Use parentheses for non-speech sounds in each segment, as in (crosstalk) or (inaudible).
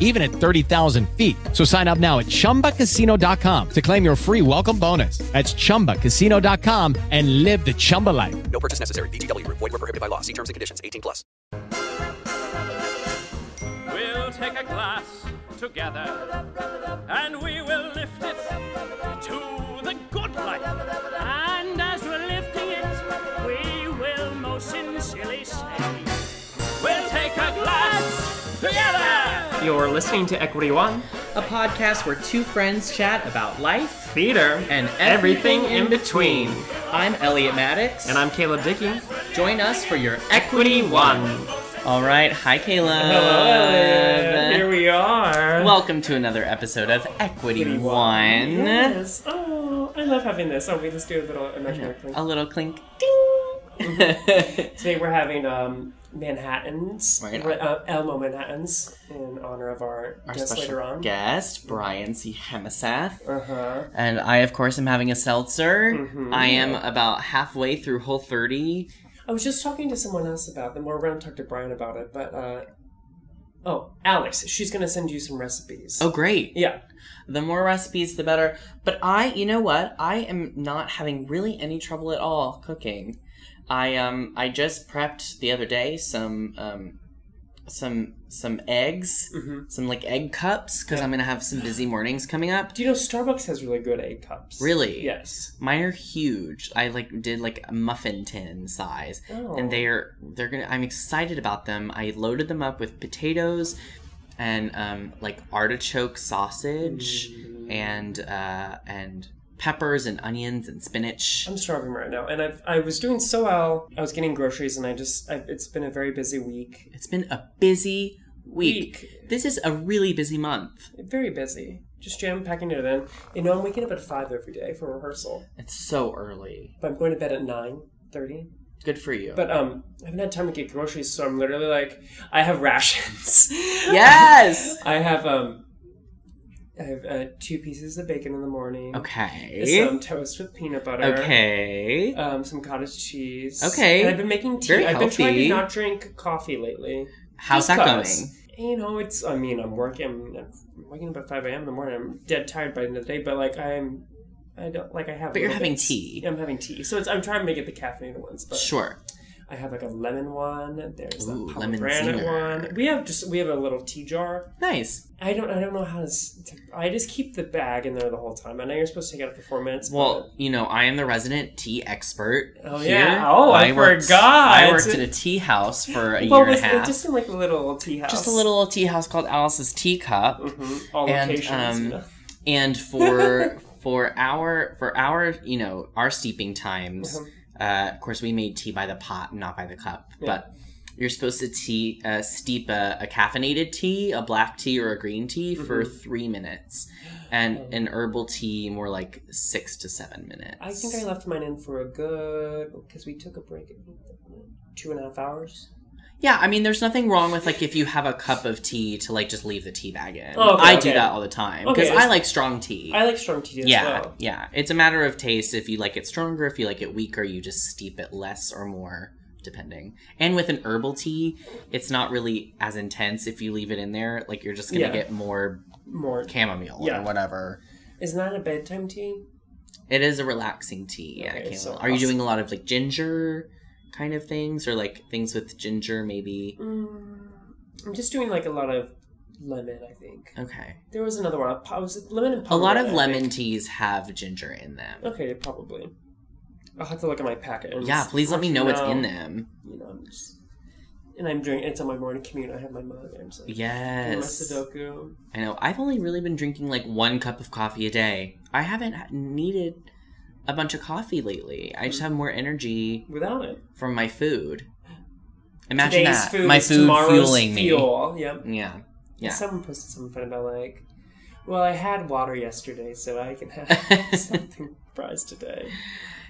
even at 30,000 feet. So sign up now at ChumbaCasino.com to claim your free welcome bonus. That's ChumbaCasino.com and live the Chumba life. No purchase necessary. BGW. Void were prohibited by law. See terms and conditions. 18 plus. We'll take a glass together and we will lift it to the good life. And as we're lifting it, we will most sincerely say, We'll take a glass together! You're listening to Equity One, a podcast where two friends chat about life theater, and everything in between. I'm Elliot Maddox. And I'm Caleb Dickey. Join us for your Equity One. All right. Hi, Caleb. Here we are. Welcome to another episode of Equity, One. Yes. Oh, I love having this. Oh, we just do a little imaginary clink. A little clink. (laughs) Today we're having um, Manhattans, Right. Re- uh, Elmo Manhattans, in honor of our, Our guest later special on. guest, Brian C. Hemisath. Uh huh. And I, of course, am having a seltzer. I am about halfway through Whole 30. I was just talking to someone else about them. We're going to talk to Brian about it, but uh, oh, Alex, she's gonna send you some recipes. Oh, great. Yeah. The more recipes, the better. But I, you know what? I am not having really any trouble at all cooking. I um I just prepped the other day some um some some eggs, some like egg cups because I'm gonna have some busy mornings coming up. Do you know Starbucks has really good egg cups? Really? Yes. Mine are huge. I like did like a muffin tin size, Oh. and they're they're gonna. I'm excited about them. I loaded them up with potatoes, and um like artichoke sausage, Mm. and uh and peppers and onions and spinach. I'm starving right now, and I've, I was doing so well. I was getting groceries, and I just I, it's been a very busy week. It's been a busy week. Week. This is a really busy month. Very busy. Just jam packing it in. You know, I'm waking up at five every day for rehearsal, It's so early. but I'm going to bed at nine thirty. Good for you. But um, I haven't had time to get groceries, so I'm literally like, I (laughs) have rations. (laughs) yes. I have um, I have uh, two pieces of bacon in the morning. Okay. Some toast with peanut butter. Okay. Um, some cottage cheese. Okay. And I've been making tea. Very I've been trying healthy. to not drink coffee lately. How's Just that 'cause. going? You know, it's. I mean, I'm working. I'm, I'm waking up at five a.m. in the morning. I'm dead tired by the end of the day, but like I'm. I don't like. I have. But you're little having bits. tea. Yeah, I'm having tea, so it's. I'm trying to make it the caffeinated ones, but Sure. I have like a lemon one. There's Ooh, a lemon pomegranate zinger. one. We have just. We have a little tea jar. Nice. I don't. I don't know how to. s- to I just keep the bag in there the whole time. I know you're supposed to take it out for four minutes. Well, you know, I am the resident tea expert. Oh, here. yeah. Oh, I worked- forgot. I worked at a tea house for a but, year well, and a was half. it just Just, in like a little tea house? a little tea house called Alice's Teacup, Mhm. All And, locations. um, you know. (laughs) and for for our for our you know our steeping times, Uh-huh. uh, of course we made tea by the pot, not by the cup, but. You're supposed to tea, uh, steep a, a caffeinated tea, a black tea, or a green tea Mm-hmm. for three minutes, and (gasps) an herbal tea more like six to seven minutes. I think I left mine in for a good because we took a break at two and a half hours. Yeah, I mean, there's nothing wrong with like if you have a cup of tea to like just leave the tea bag in. Oh, okay, I do okay. that all the time because Okay. I like strong tea. I like strong tea as yeah, well. yeah. It's a matter of taste. If you like it stronger, if you like it weaker, you just steep it less or more, depending. And with an herbal tea, it's not really as intense. If you leave it in there, like you're just gonna Yeah. get more More. chamomile Yeah. or whatever. Isn't that a bedtime tea? It is a relaxing tea. Yeah, Okay, chamomile. so Are you I'll- doing a lot of like ginger kind of things or like things with ginger maybe? Mm. I'm just doing like a lot of lemon. I think Okay. there was another one. I was it lemon and A lot pomegranate, of I lemon think? teas have ginger in them. Okay, probably. I'll have to look at my packet. and Yeah, just- please let me know what's No. in them. You know, I'm just, and I'm doing it's on my morning commute. I have my mug. I'm just like doing my Yes. Sudoku. I know. I've only really been drinking like one cup of coffee a day. I haven't ha- needed a bunch of coffee lately. I Mm. just have more energy Without it, from my food. Imagine today's that. food my is food tomorrow's fueling fuel. Yep. me. Yeah. Yeah. Someone posted something fun about like, well, I had water yesterday, so I (laughs) can have something surprised today.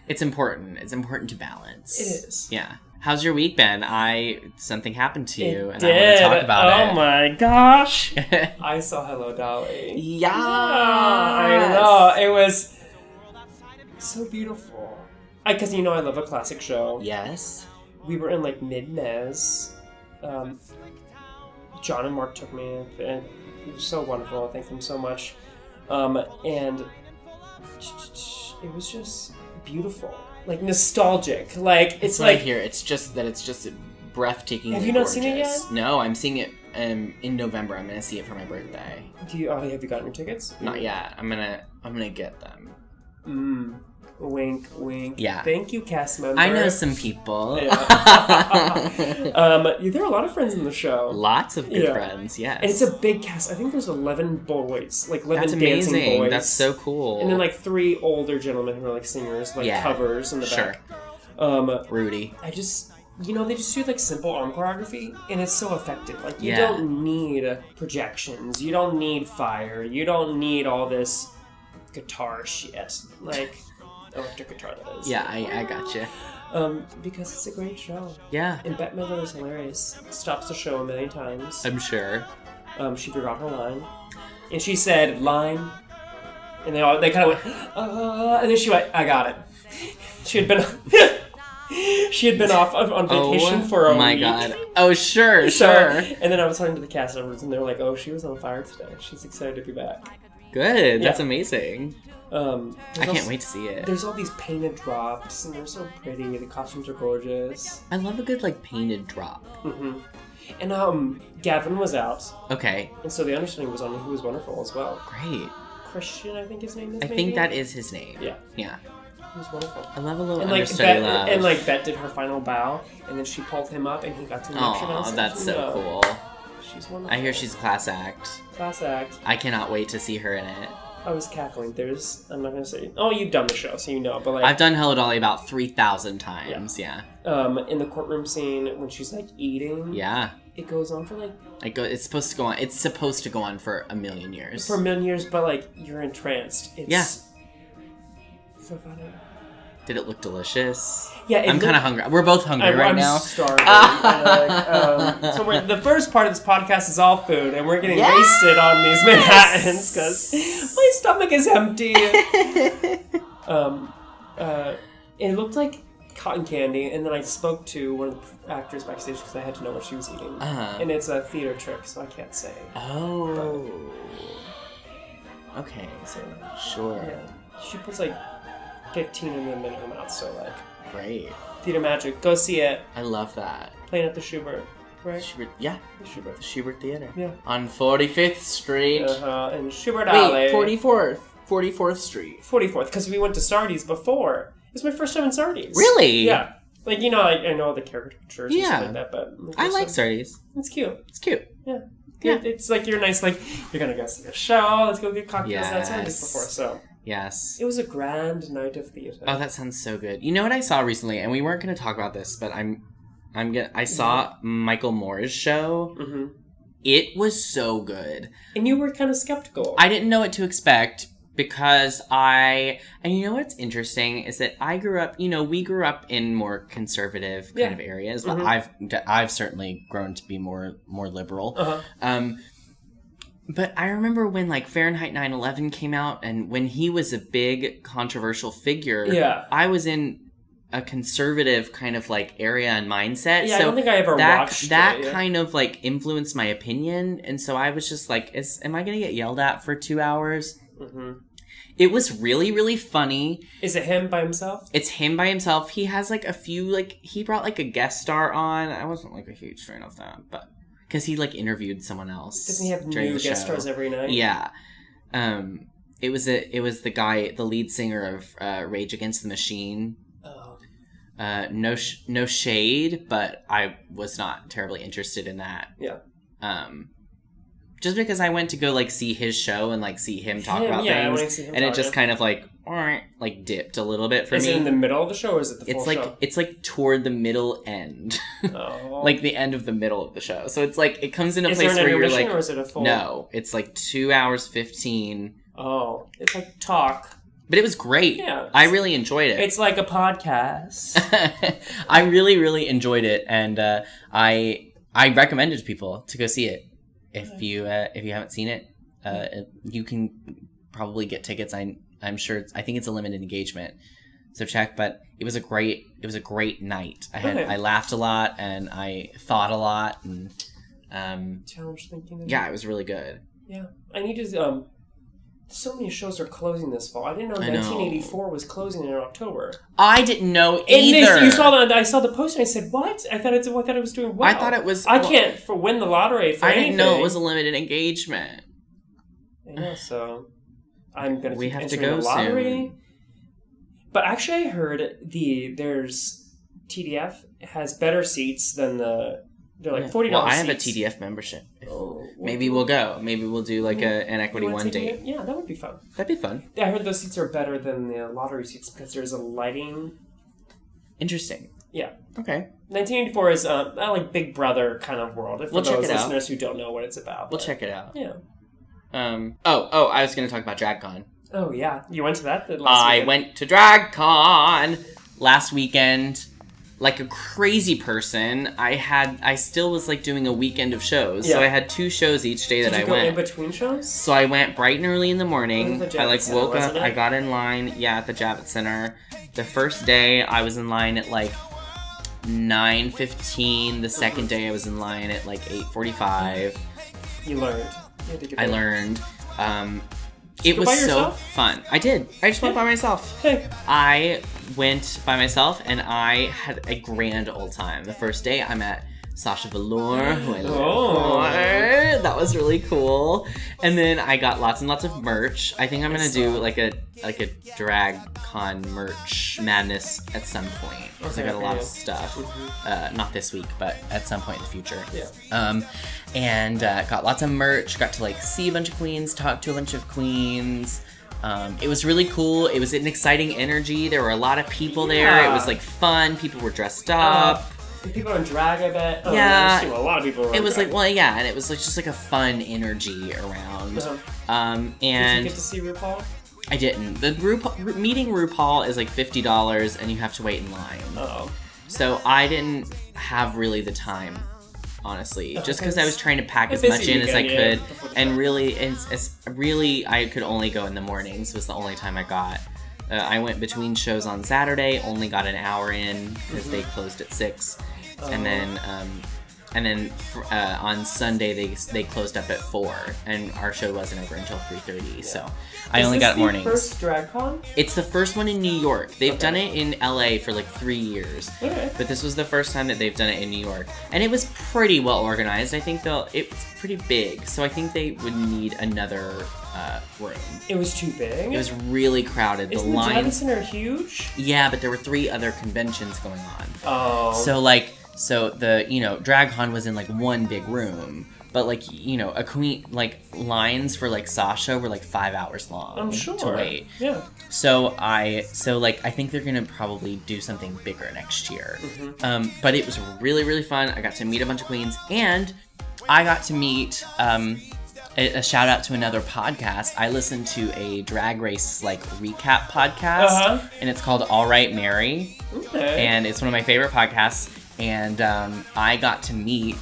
It's important. It's important to balance. It is. Yeah. How's your week been? I something happened to you It and I want to talk about oh it. my (laughs) gosh! yeah. I saw Hello Dolly. Ah, I know I it was so beautiful. Because you know I love a classic show. Yes. we were in like mid mez. Um, John and Mark took me, and it was so wonderful. I thank them so much. Um, and it was just beautiful, like nostalgic. Like it's It's right like here. It's just that it's just breathtaking. Have you not seen it yet? No, I'm seeing it um, in November. I'm gonna see it for my birthday. Do you oh, have you gotten your tickets? Not yet. I'm gonna I'm gonna get them. Mm. Wink, wink. Yeah. Thank you, cast member. I know some people. (laughs) Yeah. um, yeah, there are a lot of friends in the show. Lots of good Yeah. friends. Yes. And it's a big cast. I think there's 11 boys, like 11 That's dancing amazing. boys. That's so cool. And then like three older gentlemen who are like singers, like Yeah. covers in the sure, back. Um, Rudy. I just, you know, they just do like simple arm choreography, and it's so effective. Like you Yeah. don't need projections, you don't need fire, you don't need all this guitar shit, like electric guitar that is. Yeah, I I gotcha. Um, because it's a great show, Yeah, and Bette Midler is hilarious. Stops the show a million times. I'm sure. Um, she forgot her line, and she said line, and they all they kind of went, uh, and then she went, I got it. She had been, she had been (laughs) off on on vacation oh for a my week. god. Oh sure, (laughs) So, sure. And then I was talking to the cast members, and they were like, "Oh, she was on fire today. She's excited to be back." Good. That's Yeah. amazing. Um, there's I can't also- wait to see it. There's all these painted drops, and they're so pretty. The costumes are gorgeous. Mm-hmm. I love a good like painted drop. And um, Gavin was out, Okay, and so the understanding was on who was wonderful as well. great. Christian, I think his name is. I maybe? think that is his name. Yeah. Yeah. He was wonderful. I love a little And like, understudy Bet, love. and like Bet did her final bow, and then she pulled him up, and he got to the lecture Aw, downstairs. that's so Yeah. cool. She's wonderful. I hear she's a class act. class act. I cannot wait to see her in it. I was cackling. There's I'm not gonna say. Oh, you've done the show, so you know. But like, I've done Hello Dolly about 3,000 times. Yeah. um, in the courtroom scene when she's like eating, Yeah. it goes on for like It go, it's supposed to go on. It's supposed to go on for a million years. for a million years, but like you're entranced. It's So funny. Did it look delicious? Yeah, it I'm kind looked- of hungry. We're both hungry I'm, right I'm now. (laughs) starving. and, like, um, so we're, the first part of this podcast is all food, and we're getting wasted on these Manhattans because my stomach (laughs) is empty. um, uh, it looked like cotton candy, and then I spoke to one of the actors backstage because I had to know what she was eating. Uh-huh. And it's a theater trick, so I can't say. Oh. Okay. So, Sure. yeah, she puts like 15 in the middle of her mouth. So like Great. theater magic. Go see it. I love that. Playing at the Schubert, right? Schubert, yeah, Schubert. the Schubert Theater. Yeah. On 45th Street. Uh huh. And Schubert Wait, Alley. 44th. 44th Street. 44th, because we went to Sardi's before. It was my first time in Sardi's. Really? Yeah. Like, you know, I, I know all the caricatures and Yeah. stuff like that, but. I like Sardi's. It's cute. It's cute. Yeah. Yeah. It- It's like you're nice, like, you're going to go see a show, let's go get cocktails. That's what I did Yes. before. So Yes. it was a grand night of theater. Oh, that sounds so good. You know what I saw recently, and we weren't going to talk about this, but I'm, I'm gonna. I saw Michael Moore's show. hmm It was so good. And you were kind of skeptical. I didn't know what to expect because I and you know what's interesting is that I grew up, you know, we grew up in more conservative kind Yeah. of areas, but Mhm. I've I've certainly grown to be more more liberal. Uh-huh. Um but I remember when like Fahrenheit 9/11 came out and when he was a big controversial figure, Yeah. I was in a conservative kind of like area and mindset. Yeah, I so don't think I ever that, watched that it, yeah. kind of like influenced my opinion, and so I was just like, "Is am I gonna get yelled at for two hours?" hmm It was really really funny. Is it him by himself? It's him by himself. He has like a few like he brought like a guest star on. I wasn't like a huge fan of that, but because he like interviewed someone else. Doesn't he have during new the guest show. stars every night? Yeah. Um, it was a it was the guy the lead singer of uh, Rage Against the Machine. Oh. Uh, no, sh- no shade, but I was not terribly interested in that. Yeah. Um, just because I went to go like see his show and like see him talk Him, about yeah, I wanna things, see him and it talk, just yeah. kind of like "Wah," like dipped a little bit for is me. it in the middle of the show or is it the full it's like show? it's like toward the middle end, (laughs) Oh. like the end of the middle of the show. So it's like it comes in a is there place an where you're intermission like, or is it a full? no, it's like two hours fifteen. Oh, it's like talk. But it was great. Yeah. I really enjoyed it. It's like a podcast. (laughs) I really, really enjoyed it, and uh, I I recommend it to people to go see it. If you uh, if you haven't seen it, uh, you can probably get tickets. I I'm sure. It's, I think it's a limited engagement, so check. But it was a great it was a great night. I had Okay. I laughed a lot and I thought a lot and um Challenge thinking. yeah, it was really good. Yeah. I need to. Um, so many shows are closing this fall. I didn't know I know. 1984 was closing in October. I didn't know And they- either. you saw the I saw the post and I said, "What? I thought it's I thought it was doing well. I thought it was- I can't for win the lottery. For I didn't know anything. it was a limited engagement. I know, so I'm gonna. We keep have to entering go the lottery. soon. But actually, I heard the there's TDF has better seats than the they're like forty Well, dollars. I have a TDF membership. Oh, Mm-hmm. Maybe we'll go. Maybe we'll do like a, an equity You want one TDF? date. Yeah, that would be fun. That'd be fun. I heard those seats are better than the lottery seats because there's a lighting. Interesting. Yeah. Okay, 1984 is um, a like Big Brother kind of world. If for We'll check those it out. listeners who don't know what it's about, we'll but- check it out. Uh, Yeah. Um. Oh. Oh. I was gonna talk about DragCon. Oh yeah, you went to that. The last I weekend? went to DragCon last weekend, like a crazy person. I had. I still was like doing a weekend of shows, so Yeah. I had two shows each day Did that you I go went. in between shows? So I went bright and early in the morning. At the Javits I like Center, woke up. wasn't it? I got in line. Yeah, at the Javits Center. The first day I was in line at like nine fifteen. The second day I was in line at like eight forty five. You learned. You had to get I there. learned. Um, it go was by so yourself? fun. I did. I just went by myself. Hey. I went by myself and I had a grand old time. The first day I met Sasha Velour, who I Oh. love. That was really cool. And then I got lots and lots of merch. I think I'm gonna do like a like a drag con merch madness at some point. 'cause I Okay, got a lot of yeah. Mm-hmm. stuff. Uh, not this week, but at some point in the future. Yeah. Um, and uh, got lots of merch. Got to like see a bunch of queens, talk to a bunch of queens. Um, it was really cool. It was an exciting energy. There were a lot of people there. It Yeah. was like fun. People were dressed up. The people in drag, I bet. Oh, Yeah. there's still A lot of people. were in it was drag. like, well, yeah, and it was like just like a fun energy around. Uh-huh. Um, Did and you get to see RuPaul? I didn't. The RuPaul, Ru- meeting RuPaul is like fifty dollars, and you have to wait in line. Oh. So I didn't have really the time, honestly, just because I was trying to pack A as much busy in as I weekend, yeah, could, before the and really, it's, it's really I could only go in the mornings was the only time I got. Uh, I went between shows on Saturday, only got an hour in because they Mm-hmm. closed at six, and Oh. then. Um, and then fr- uh, on Sunday they they closed up at four, and our show wasn't over until three thirty. So I Is only this got the mornings. First drag con. It's the first one in New York. They've done it in LA for like three years. Okay. But this was the first time that they've done it in New York. And it was pretty well organized. I think they'll it's pretty big, so I think they would need another uh, room. It was too big. It was really crowded. Isn't the the Javits lines Center huge? Yeah, but there were three other conventions going on. Oh. So like so the you know, Draghon was in like one big room. But like you know, a queen like lines for like Sasha were like five hours long I'm sure. to wait. Yeah. So I so like I think they're gonna probably do something bigger next year. Um, but it was really really fun. I got to meet a bunch of queens, and I got to meet um, a, a shout out to another podcast. I listened to a drag race like recap podcast, Uh-huh. and it's called All Right Mary, Okay. and it's one of my favorite podcasts. And um, I got to meet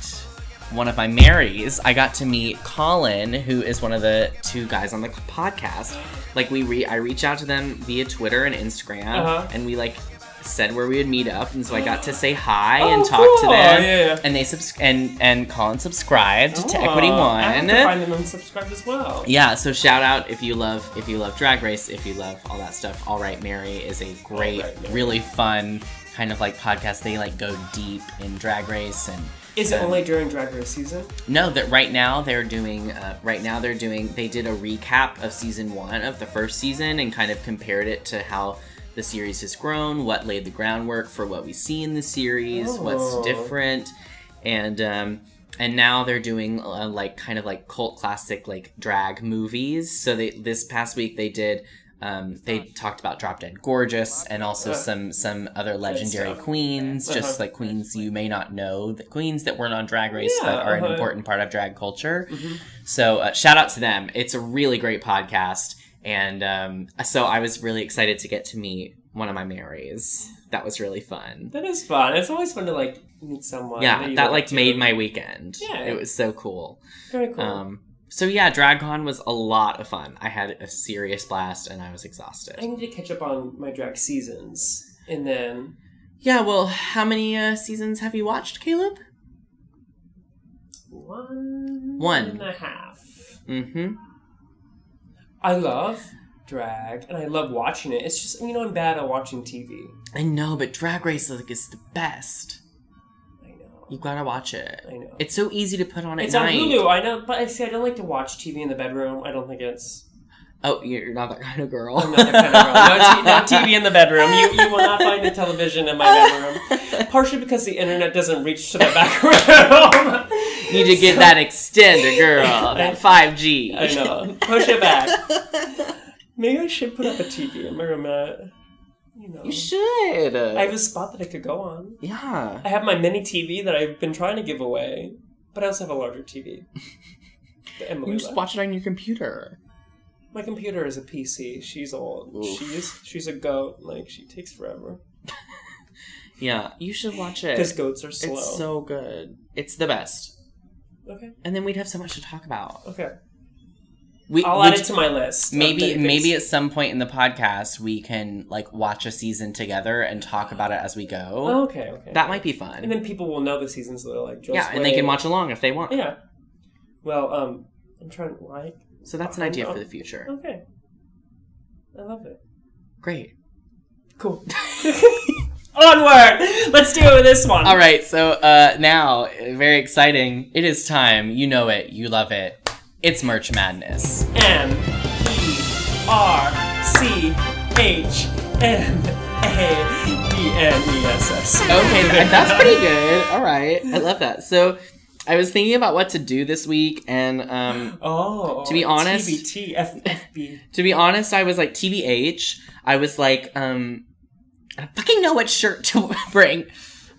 one of my Marys. I got to meet Colin, who is one of the two guys on the podcast. Like we, re- I reached out to them via Twitter and Instagram, Uh-huh. and we like said where we would meet up, and so I got to say hi Oh, and talk to cool. them. Yeah, yeah. And they subs- and and Colin subscribed to Equity Oh, One. I have to find them and subscribe as well. Yeah, so shout out if you love if you love Drag Race, if you love all that stuff. All right, Mary is a great, All Right, Mary. really fun kind of like podcast. They like go deep in Drag Race and Is it only during Drag Race season? no, that right now they're doing uh, right now they're doing they did a recap of season one of the first season and kind of compared it to how the series has grown, what laid the groundwork for what we see in the series, what's Oh. different, and um, and now they're doing uh, like kind of like cult classic like drag movies. So they this past week they did. Um, they talked about Drop Dead Gorgeous and also some some other legendary stuff. queens, just Uh. Uh-huh. like queens you may not know, the queens that weren't on Drag Race Yeah, but are an uh-huh. important part of drag culture. Mm-hmm. So uh, shout out to them. It's a really great podcast, and um, so I was really excited to get to meet one of my Marys. That was really fun. That is fun. It's always fun to like meet someone. Yeah, you that look like to. made my weekend. Yeah. it was so cool. very cool. Um, so yeah, DragCon was a lot of fun. I had a serious blast, and I was exhausted. I need to catch up on my drag seasons, and then yeah, well, how many uh, seasons have you watched, Caleb? one, One. and a half. Mm-hmm. I love drag, and I love watching it. It's just you know I'm bad at watching TV. I know, but Drag Race like is the best. I know. You gotta watch it. I know. It's so easy to put on at It's night. on Hulu. I know, but I see. I don't like to watch TV in the bedroom. I don't think it's Oh, you're not that kind of girl. I'm not that kind of girl. No, (laughs) t- no TV in the bedroom. You you will not find a television in my bedroom. Partially because the internet doesn't reach to the back (laughs) room. You need to get that extender, (laughs) girl. That five G. I know. Push it back. Maybe I should put up a TV in my room. At, you know, You should. I have a spot that I could go on. yeah. I have my mini TV that I've been trying to give away, but I also have a larger TV. The You Emily can just left. watch it on your computer. My computer is a PC. She's old. Oof. She's she's a goat. Like she takes forever. Yeah, you should watch it. Because goats are slow. Eh. It's so good. It's the best. okay. And then we'd have so much to talk about. Okay. We, I'll we- add it to my list. of maybe things. maybe at some point in the podcast we can like watch a season together and talk about it as we go. Oh, okay. Okay. That might be and fun. then people will know the season, so they're like, just Yeah, and they wait. can watch along if they want. Yeah. Well, um, I'm trying. Why? So that's an idea for the Oh. future. Okay. I love it. Great. Cool. (laughs) Onward. Let's do this one. All right, so uh, now, uh, very exciting. It is time. You know it. You love it. It's merch madness. M E R C H M A D N E S S. Okay, (laughs) th- that's pretty good. All right, I love that. So, I was thinking about what to do this week, and um, Oh. To be honest- TBT FFB. to be honest, I was like TBH. I was like, um, I don't fucking know what shirt to (laughs) bring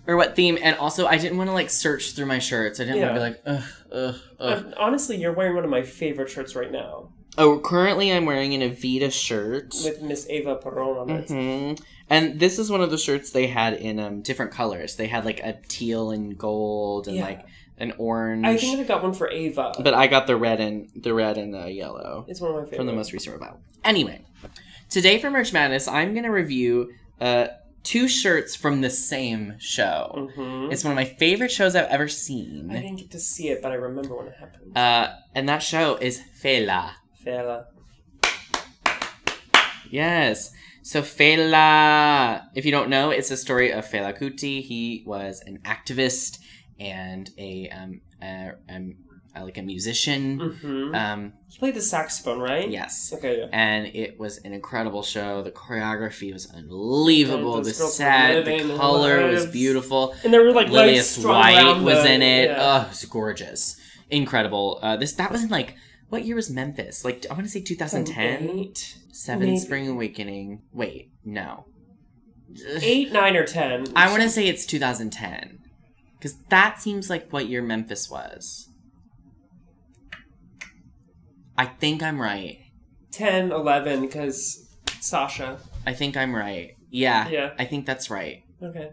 or what theme, and also I didn't want to like search through my shirts. I didn't Yeah. want to be like, ugh, ugh, ugh. Um, Honestly, you're wearing one of my favorite shirts right now Oh, currently I'm wearing an Avita shirt. with Miss Ava Peron on it. hmm And this is one of the shirts they had in um, different colors. They had like a teal and gold and Yeah. like an orange. I think I got one for Ava. but I got the red and the red and the yellow it's one of my favorites. from the most recent revival. Anyway, today for Merch Madness, I'm gonna review uh, two shirts from the same show. Mhm. It's one of my favorite shows I've ever I seen. didn't get to see it, but I remember when it happened. Uh, and that show is Fela. Fela. Yes. So Fela, if you don't know, it's a story of Fela Kuti. He was an activist and a um, a, um a, like a musician. Mm-hmm. Um, He played the saxophone, right? yes. Okay, yeah. And it was an incredible show. The choreography was unbelievable. And The those girls were set, the living color was lives. beautiful. And there were like lights Lilius strung White around was the- in it. yeah. Oh, it's gorgeous, incredible. Uh, this that was in like what year was Memphis? Like I want to say 2010. Eight, Seven Maybe. Spring Awakening. Wait, no. eight, nine, or ten. (laughs) I want to say it's 2010. Because that seems like what year Memphis was. I think I'm right. 10, 11, because Sasha. I think I'm right. Yeah. Yeah. I think that's right. Okay.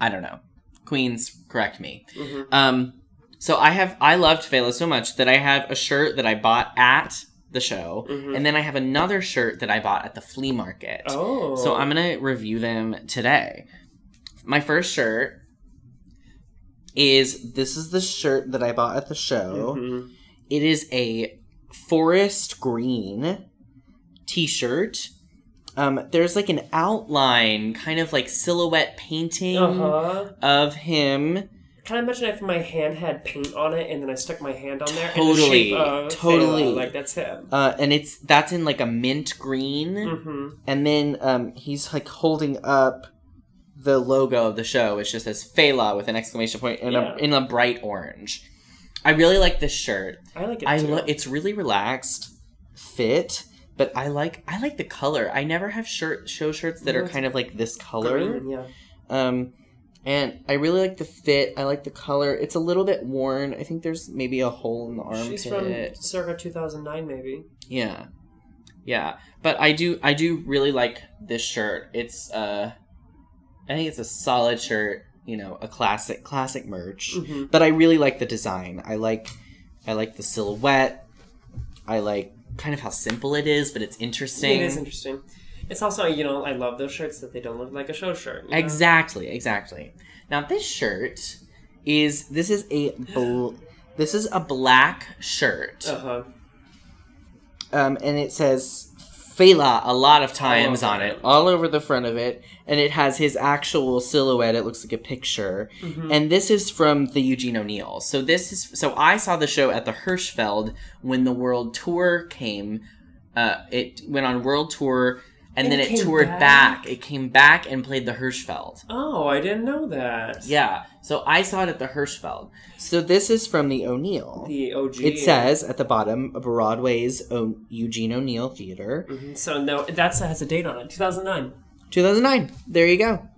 I don't know. Queens, correct me. Mhm. Um, so I have I loved Fela so much that I have a shirt that I bought at the show, and then I have another shirt that I bought at the flea market. Mm-hmm. Oh. So I'm gonna review them today. My first shirt is this is the shirt that I bought at the show. Mhm. It is a forest green t-shirt. Um, there's like Uh-huh. an outline, kind of like silhouette painting Uh huh. of him Kind of imagine if my hand had paint on it, and then I stuck my hand on there. in the Totally, shape of totally. Fela, like that's him. Uh, and it's that's in like a mint green, Mm. Mm-hmm. and then um, he's like holding up the logo of the show, which just says Fela with an exclamation point in Yeah. a in a bright orange. I really like this shirt. I like it. I too. lo- it's really relaxed, fit, but I like I like the color. I never have shirt show shirts that are kind of like this color. Green, yeah. Um, and I really like the fit. I like the color. It's a little bit worn. I think there's maybe a hole in the armpit. She's from circa 2009, maybe. Yeah. Yeah. But I do I do really like this shirt. It's uh I think it's a solid shirt, you know, a classic classic merch. Mm-hmm. But I really like the design. I like I like the silhouette. I like kind of how simple it is, but it's interesting. It is interesting. It's also, you know, I love those shirts that they don't look like a show shirt. you know? Exactly, exactly. Now this shirt is this is a bl- this is a black shirt. Uh-huh. um, and it says Fela a lot of times All on over it, it. all over the front of it, and it has his actual silhouette. It looks like a picture, Mm-hmm. and this is from the Eugene O'Neill. So this is so I saw the show at the Hirschfeld when the world tour came. Uh, it went on world tour, and, And then it it came toured back? back. It came back and played the Hirschfeld. Oh, I didn't know that. Yeah. So I saw it at the Hirschfeld. So this is from the O'Neill. The OG. it says at the bottom Broadway's o- Eugene O'Neill Theater, Mm-hmm. So no, that's that has a date on it. 2009. 2009. There you go.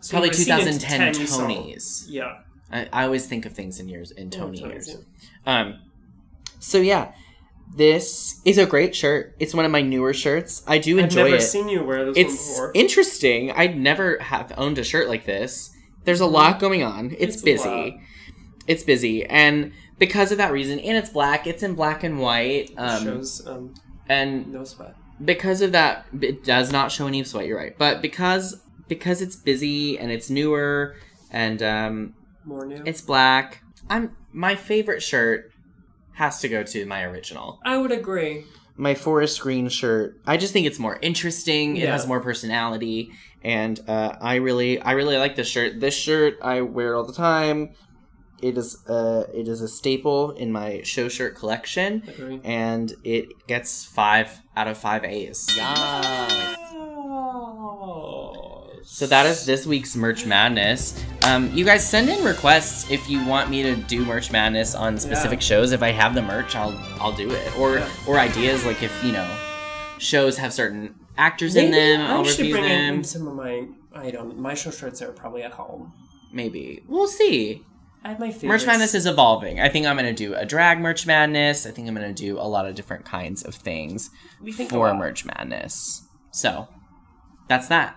So Probably you would've seen it 2010 in 10 you saw it. Tonys. Yeah. I, I always think of things in years in Tony Tonys, years. yeah. Um, so yeah, this is a great shirt. It's one of my newer shirts. I do I've enjoy never it. seen you wear this it's one before. interesting. I'd never have owned a shirt like this. There's a lot going on. Mm-hmm. It's, It's a lot. busy. It's busy, and because of that reason, and it's black. It's in black and white. Um, shows um, and no sweat. because of that it does not show any sweat you're right but because because it's busy and it's newer and um More new. it's black i'm my favorite shirt has to go to my original I would agree. my forest green shirt i just think it's more interesting it Yeah. has more personality and uh, i really i really like this shirt this shirt i wear all the time it is uh it is a staple in my show shirt collection Agree. and it gets five out of five a's Oh. So that is this week's Merch Madness. Um, you guys send in requests if you want me to do Merch Madness on specific shows. If I have the merch, I'll I'll do it. Or or ideas like if you know shows have certain actors in them, I I'll should review bring them. in some of my. I don't. My show shirts are probably at home. Maybe we'll see. I have my favorites. Merch Madness is evolving. I think I'm gonna do a drag Merch Madness. I think I'm gonna do a lot of different kinds of things We think a for lot. Merch Madness. So that's that.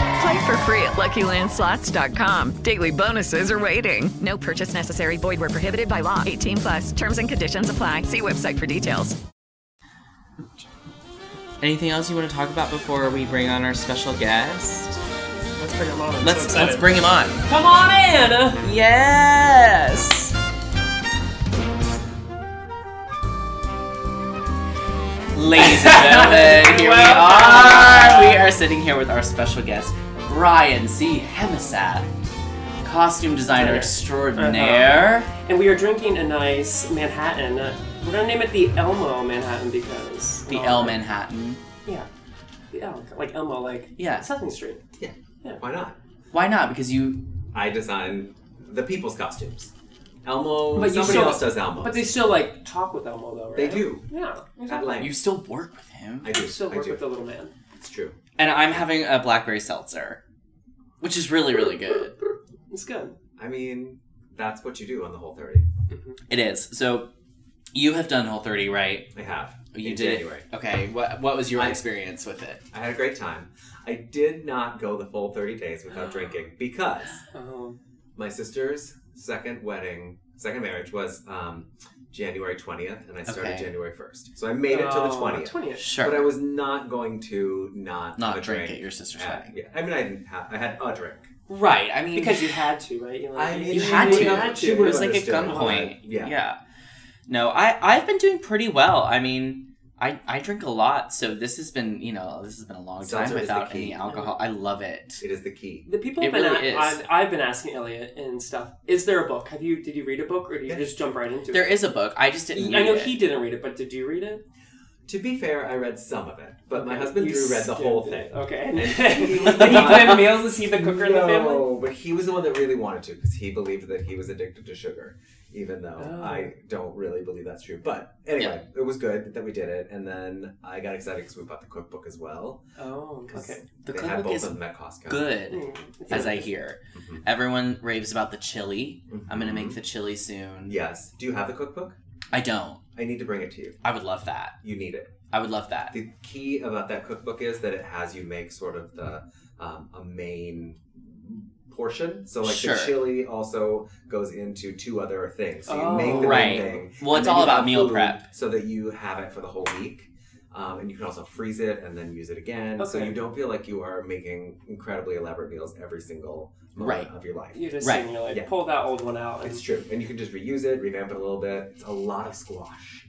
Play for free at LuckyLandSlots.com. Daily bonuses are waiting. No purchase necessary. Void were prohibited by law. 18 plus. Terms and conditions apply. See website for details. Anything else you want to talk about before we bring on our special guest? Let's bring him on. I'm Let's so let's excited. bring him on. Come on in. Yes. Ladies and gentlemen, here we are. We are sitting here with our special guest, Brian C. Hemisath, costume designer extraordinaire. And we are drinking a nice Manhattan. Uh, We're gonna name it the Elmo Manhattan because The L Manhattan. Yeah, the L, like Elmo, like Yeah. Sesame Street. Why not? Why not? Because you I design the people's costumes. Elmo. But you somebody still- else does Elmo. But they still like talk with Elmo though, right? They do. Yeah. At length. You still work with him. I do. Still I work do. with the little man. It's (laughs) true. And I'm having a blackberry seltzer, which is really, really good. It's good. I mean, that's what you do on the Whole 30. It is. So you have done Whole 30, right? I have. You In did. January. Okay. What What was your I- experience with it? I had a great time. I did not go the full 30 days (gasps) without drinking because Oh. my sister's second wedding, second marriage was um, January 20th, and I started Okay. January 1st. So I made it to the Oh, 20th. 20th. Sure. But I was not going to not Not have a drink drink, at your sister's at- wedding. Yeah. I mean, I didn't have, I had a drink. Right. I mean, Because you had to, right? You're I like, mean, you she had would to. have- she It would was have like a understood. gunpoint. Yeah. Yeah. No, I I've been doing pretty well. I mean, I I drink a lot, so this has been you know this has been a long Seltzer time is the without key. any alcohol. I love it. It is the key. The people It have been really a- is. I've, I've been asking Elliot and stuff. Is there a book? Have you? Did you read a book, or did you just jump right into There it? is a book. I just didn't. I read know it. he didn't read it, but did you read it? To be fair, I read some of it, but my Okay, husband you Drew read the whole skipped thing. it. Okay. (laughs) And Did he was the plan one- meals? Is he the cooker in the family? No, but he was the one that really wanted to because he believed that he was addicted to sugar, even though Oh. I don't really believe that's true. But anyway, it was good that we did it, and then I got excited because we bought the cookbook as well. Oh, 'Cause okay. The they had cookbook both is of them at Costco. Good, Mm. as I hear. Mm-hmm. Everyone raves about the chili. I'm gonna make Mhm. the chili soon. Yes. Do you have the cookbook? I don't. I need to bring it to you. I would love that. You need it. I would love that. The key about that cookbook is that it has you make sort of the um, a main portion. So like Sure. the chili also goes into two other things. So you make the Oh. main Right. thing. Well, and it's then all you about have meal food prep. so that you have it for the whole week. Um, and you can also freeze it and then use it again, so Okay. you don't feel like you are making incredibly elaborate meals every single moment Right. of your life. You just Right. seen, you're like, Yeah. pull that old one out. It's true, and you can just reuse it, revamp it a little bit. It's a lot of squash.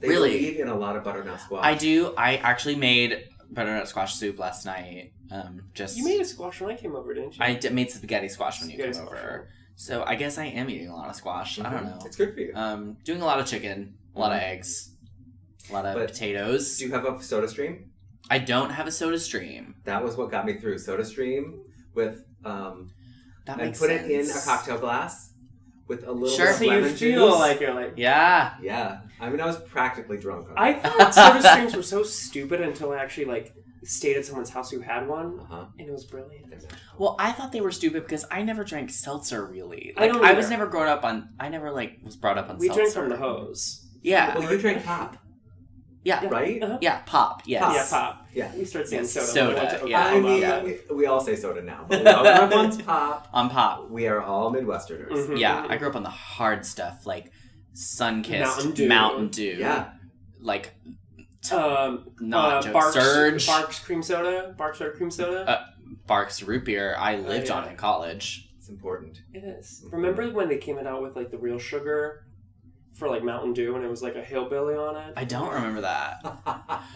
They Really? believe in a lot of butternut squash. I do. I actually made butternut squash soup last night. Um, just You made a squash when I came over, didn't you? I d- made spaghetti squash when you Spaghetti came over. squash. So I guess I am eating a lot of squash. I Mhm. don't know. It's good for you. Um, doing a lot of chicken, a lot of eggs, a lot of But- potatoes. Do you have a soda stream? I don't have a soda stream. That was what got me through soda stream with um That and makes put it in a sense. cocktail glass with a little Sure. bit of So you lemon feel juice. like you're like. Yeah. yeah. I mean, I was practically drunk on I thought (laughs) soda streams were so stupid until I actually like stayed at someone's house who had one, Uh huh. and it was brilliant. Well, I thought they were stupid because I never drank seltzer really. I Like, don't I, was either. never grown up on. I never like was brought up on. We seltzer. drank from the hose. Yeah, Well, you drank pop, yeah, right? Uh-huh. yeah. Pop. Yes. Pop. Yeah, pop. Yeah. We started saying Yes, soda. soda, We went to yeah. I Oklahoma. mean, we, we all say soda now, but we all grew up on (laughs) pop. On pop. We are all Midwesterners. Mhm. Yeah, I grew up on the hard stuff like Sunkissed, Mountain Mountain Dew. Dew, Yeah. like Um, Not uh, Joe- Barks, Surge. Barks cream soda. Barks soda cream soda. uh, Barks root beer. I lived Oh, yeah. on in college. It's important. It is. Remember when they came it out with like the real sugar for like Mountain Dew and it was like a hillbilly on it? I don't remember that.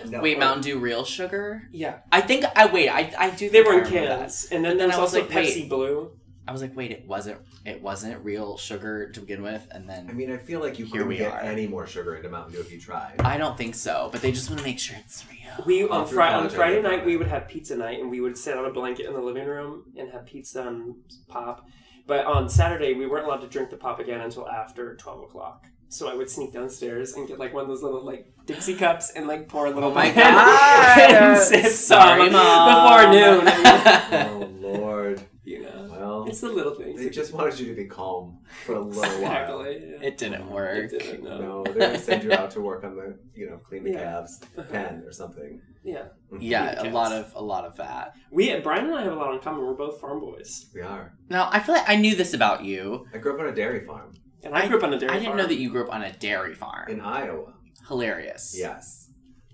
No. Wait, Mountain Dew real sugar? Yeah. I think I wait. I I do. They think I were in remember that. cans. And But then there was, I was also like, Pepsi wait. Blue. I was like, wait, it wasn't. It wasn't real sugar to begin with, and then I mean, I feel like you Here couldn't we get are. any more sugar into Mountain Dew if you tried. I don't think so. But they just want to make sure it's real. (laughs) We All on, through Fri- on college, I Friday did that. night we would have pizza night and we would sit on a blanket in the living room and have pizza and pop. But on Saturday we weren't allowed to drink the pop again until after twelve o'clock. So I would sneak downstairs and get like one of those little like Dixie cups and like pour a little. Oh my in (laughs) God. and (laughs) sip Sorry, some Mom. before noon. oh Lord. (laughs) you know, Well, it's the little things. they just wanted you to be calm for a little while. exactly. yeah. (laughs) It didn't work. It didn't, no. No, they're gonna send you out to work on the, you know, clean the Yeah. calves pen or something. Yeah, Yeah, a Yes. lot of a lot of that. we Brian and I have a lot in common. We're both farm boys, We are. Now I feel like I knew this about you. I grew up on a dairy farm and I, grew up on a dairy. I didn't farm. know that you grew up on a dairy farm. in Iowa. Hilarious. Yes,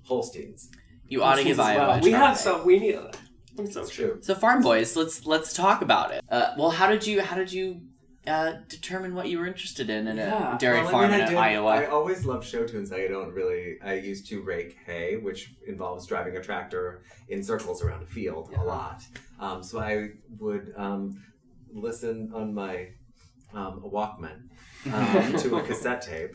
Holsteins. You ought to give As Iowa. well. a We try. have some. We need. I'm so That's sure. true. So farm boys, let's let's talk about it. Uh, well, how did you how did you uh, determine what you were interested in in a Yeah. dairy Well, I farm mean, I in did- Iowa? I always love show tunes. I don't really. I used to rake hay, which involves driving a tractor in circles around a field a lot. Um, so I would um, listen on my um, Walkman um, to a cassette tape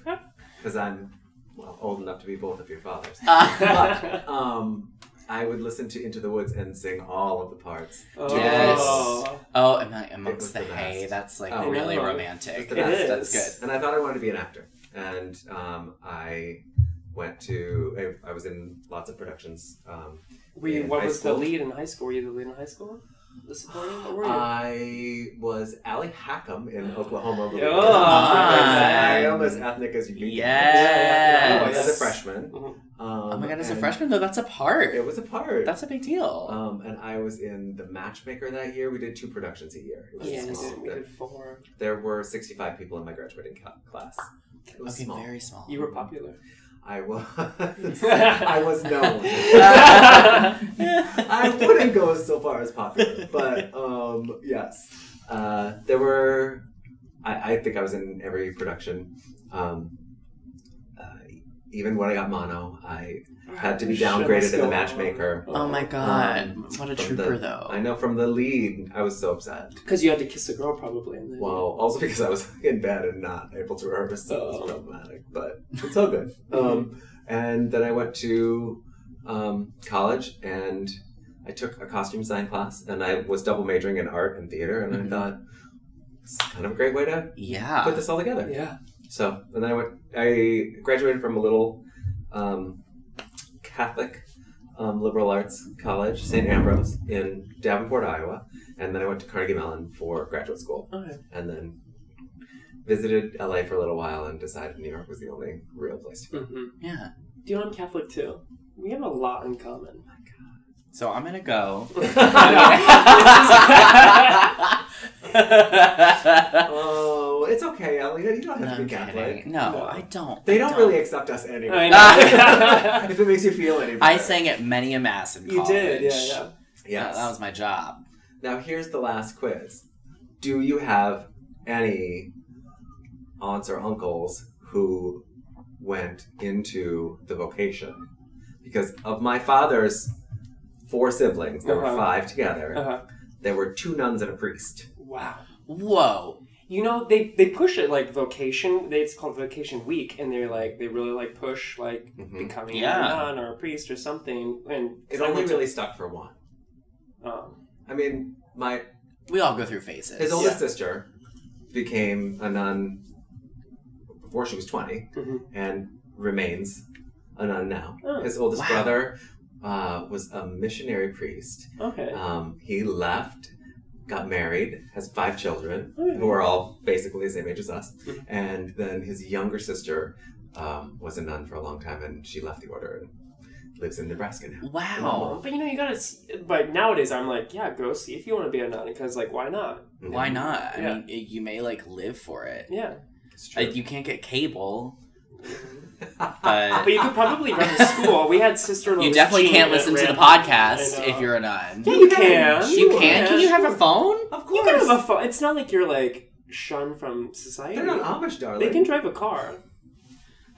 because I'm well, old enough to be both of your fathers. But, um, I would listen to Into the Woods and sing all of the parts. Yes. Oh, am I amongst the, hay? That's like really romantic. Oh, It's the best. That's good. And I thought I wanted to be an actor, and um, I went to. I, I was in lots of productions. Um, Were you, in what high was the school. lead in high school? Were you the lead in high school? The supporting? What were you? Uh, I was Allie Hackham in Oklahoma. believe it or Yeah. Oh. not. I Fun. am as ethnic as you can. get. Yes. Yeah, yeah, yeah. As a freshman. Mm-hmm. Um, Oh my god, as a and- freshman though, that's a part. It was a part. That's a big deal. Um, and I was in The Matchmaker that year. We did two productions a year. It was Yes. small. We There- four. There were 65 people in my graduating ca- class. It was Okay, small. very small. You were (laughs) popular. I was. I was known. I wouldn't go so far as popular, but um, yes, uh, there were. I, I think I was in every production. Um, uh, even when I got mono, I had to be Shit, downgraded what's in the going on? matchmaker. (laughs) Oh my God. What a from trooper, Um, the, though. I know from the lead, I was so upset. Because Oh. you had to kiss a girl probably. And then Well, also because I was (laughs) in bed and not able to rehearse, so it was problematic. But it's all good. Um, and then I went to um, college and I took a costume design class, and I was double majoring in art and theater, and I thought it's kind of a great way to Yeah. put this all together. Yeah. So, and then I went. I graduated from a little um, Catholic um, liberal arts college, St. Ambrose, in Davenport, Iowa, and then I went to Carnegie Mellon for graduate school, Okay. and then visited LA for a little while, and decided New York was the only real place to go. Yeah. Mm-hmm. Do you know I'm Catholic too? We have a lot (laughs) in common. So I'm gonna go. (laughs) oh, it's okay, Ellie. You don't have to be Catholic. No, I don't. (laughs) They (laughs) I don't, really accept us anyway. I (laughs) if it makes you feel any better. I sang at many a mass in You college. did, yeah, yeah. Yeah, Yes. Oh, that was my job. Now here's the last quiz. Do you have any aunts or uncles who went into the vocation? Because of my father's four siblings, there Uh-huh. were five together. Uh-huh. There were two nuns and a priest. Wow. Whoa. You know they, they push it like vocation. They, it's called vocation week, and they're like they really like push like Mm-hmm. becoming Yeah. a nun or a priest or something. And It only really stuck for one. Um, I mean, my we all go through phases. His oldest Yeah. sister became a nun before she was 20 and remains a nun now. Oh, His oldest wow. brother uh, was a missionary priest. Okay. Um, he left, got married, has five children Oh, yeah. who are all basically the same age as us. And then his younger sister um, was a nun for a long time and she left the order and lives in Nebraska now. Oh, but you know you gotta. s- But nowadays I'm like, yeah, go see if you want to be a nun, because like why not? Why not? I Yeah. mean, it- you may like live for it. Yeah. Uh, you can't get cable. (laughs) But you could probably run a school. We had sister. You definitely Jean can't that listen to ran- the podcast I know. if you're a nun. Yeah, you can. You can. Can you have a phone? Of course. You can have a phone. It's not like you're like shunned from society. They're not Amish, darling. They can drive a car.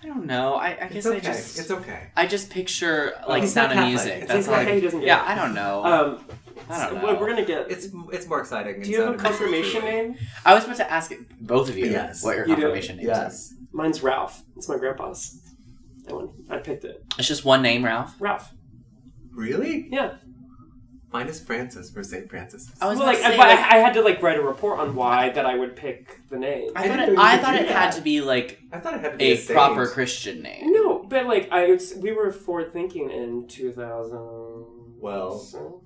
I don't know. I, I guess okay. I just It's okay. I just picture like Oh, he's sound not of Catholic. music. It's That's like, like hey, he doesn't get yeah. it. I don't know. Um, I don't so know. we're gonna get. It's it's more exciting. Do you have (laughs) a confirmation name? I was about to ask both of you Yes. what your You do? confirmation name is. Mine's Ralph. It's my grandpa's. That one. I picked it. It's just one name, Ralph. Ralph. Really? Yeah. Mine is Francis for St. Francis. I was well, about like, to I, say, but I- like- I had to like write a report on why that I would pick the name. I thought it, I thought it had to be like I thought it had to be a, a saint. proper Christian name. No, but like I, was, we were forward thinking in two thousand. Well,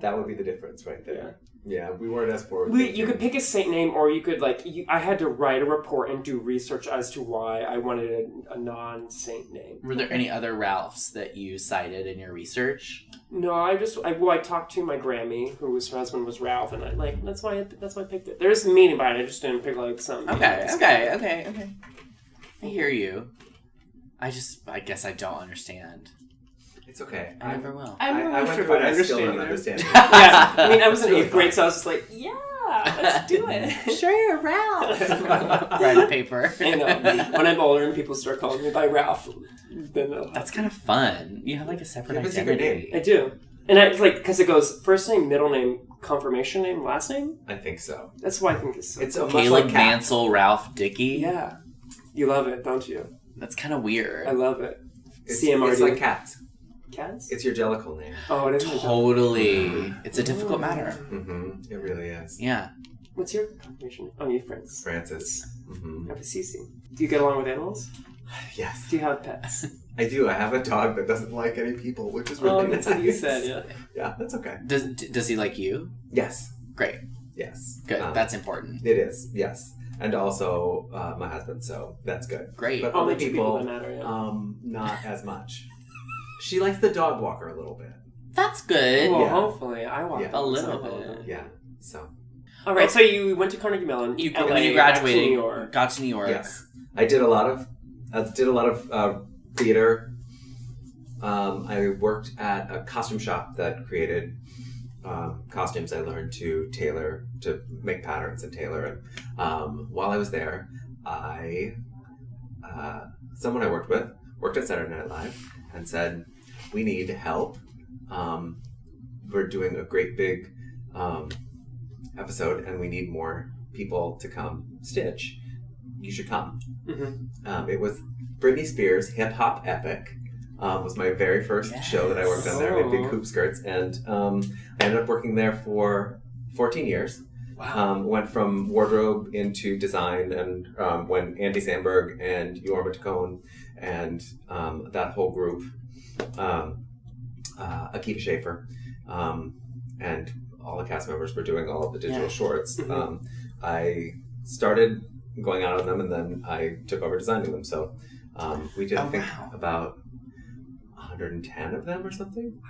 that would be the difference right there. Yeah, we weren't as forward. We, you could pick a saint name, or you could like. You, I had to write a report and do research as to why I wanted a, a non-saint name. Were there any other Ralphs that you cited in your research? No, I just I, well, I talked to my Grammy, who was her husband was Ralph, and I like that's why I, that's why I picked it. There's meaning behind it. I just didn't pick like something. Okay, okay, okay, okay. I hear you. I just, I guess I don't understand. It's okay. I never will. I'm not I went sure if through I it, I still understand. don't it. understand it. yeah, I mean, (laughs) I was in It's really eighth grade, so I was just like, yeah, let's do it. sure, Ralph. Write a (laughs) paper. I know. When I'm older and people start calling me by Ralph, then they'll That's kind of fun. You have like a separate You have a secret identity. I do. And I it's like because it goes first name, middle name, confirmation name, last name. I think so. That's why I think it's so It's cool. a much Caleb like cat. Mansell, Ralph Dickey. Yeah, you love it, don't you? That's kind of weird. I love it. It's, CMRD. it's like cats. Cats? It's your Jellicle name. Oh, it is your Jellicle. Totally. It's a difficult matter. hmm Mm-hmm. It really is. Yeah. What's your confirmation? Oh, you have friends. Francis. hmm Have a CC. Do you get along with animals? Yes. Do you (laughs) have pets? I do. I have a dog that doesn't like any people, which is really oh, that's what you nice. said, yeah. Yeah, that's okay. Does d- does he like you? Yes. Great. Yes. Good. Um, That's important. It is, yes. And also uh, my husband, so that's good. Great. But Only other two people, people that matter, yeah. um, not as much. she likes the dog walker a little bit. That's good. Well, Yeah. hopefully. I want Yeah. A little Sorry. bit. Yeah. So All right, so you went to Carnegie Mellon. You, LA, when you back to graduated, New York. got to New York. yes, I did a lot of I did a lot of uh, theater. Um, I worked at a costume shop that created um, costumes. I learned to tailor to make patterns and tailor. And um, while I was there, I uh, someone I worked with worked at Saturday Night Live and said, "We need help. Um, we're doing a great big um, episode, and we need more people to come stitch. You should come." Mhm. Um, it was Britney Spears hip hop epic. Um, was my very first show that I worked on there. I made big Oh. hoop skirts, and um, I ended up working there for 14 years. Um, went from wardrobe into design, and um, when Andy Sandberg and Yorma Tacone and um, that whole group, um, uh, Akiva Schaefer, um, and all the cast members were doing all of the digital Yeah. Mm-hmm. shorts. Um, I started going out on them, and then I took over designing them. So um, we did, I Oh, think, wow. about 110 of them or something.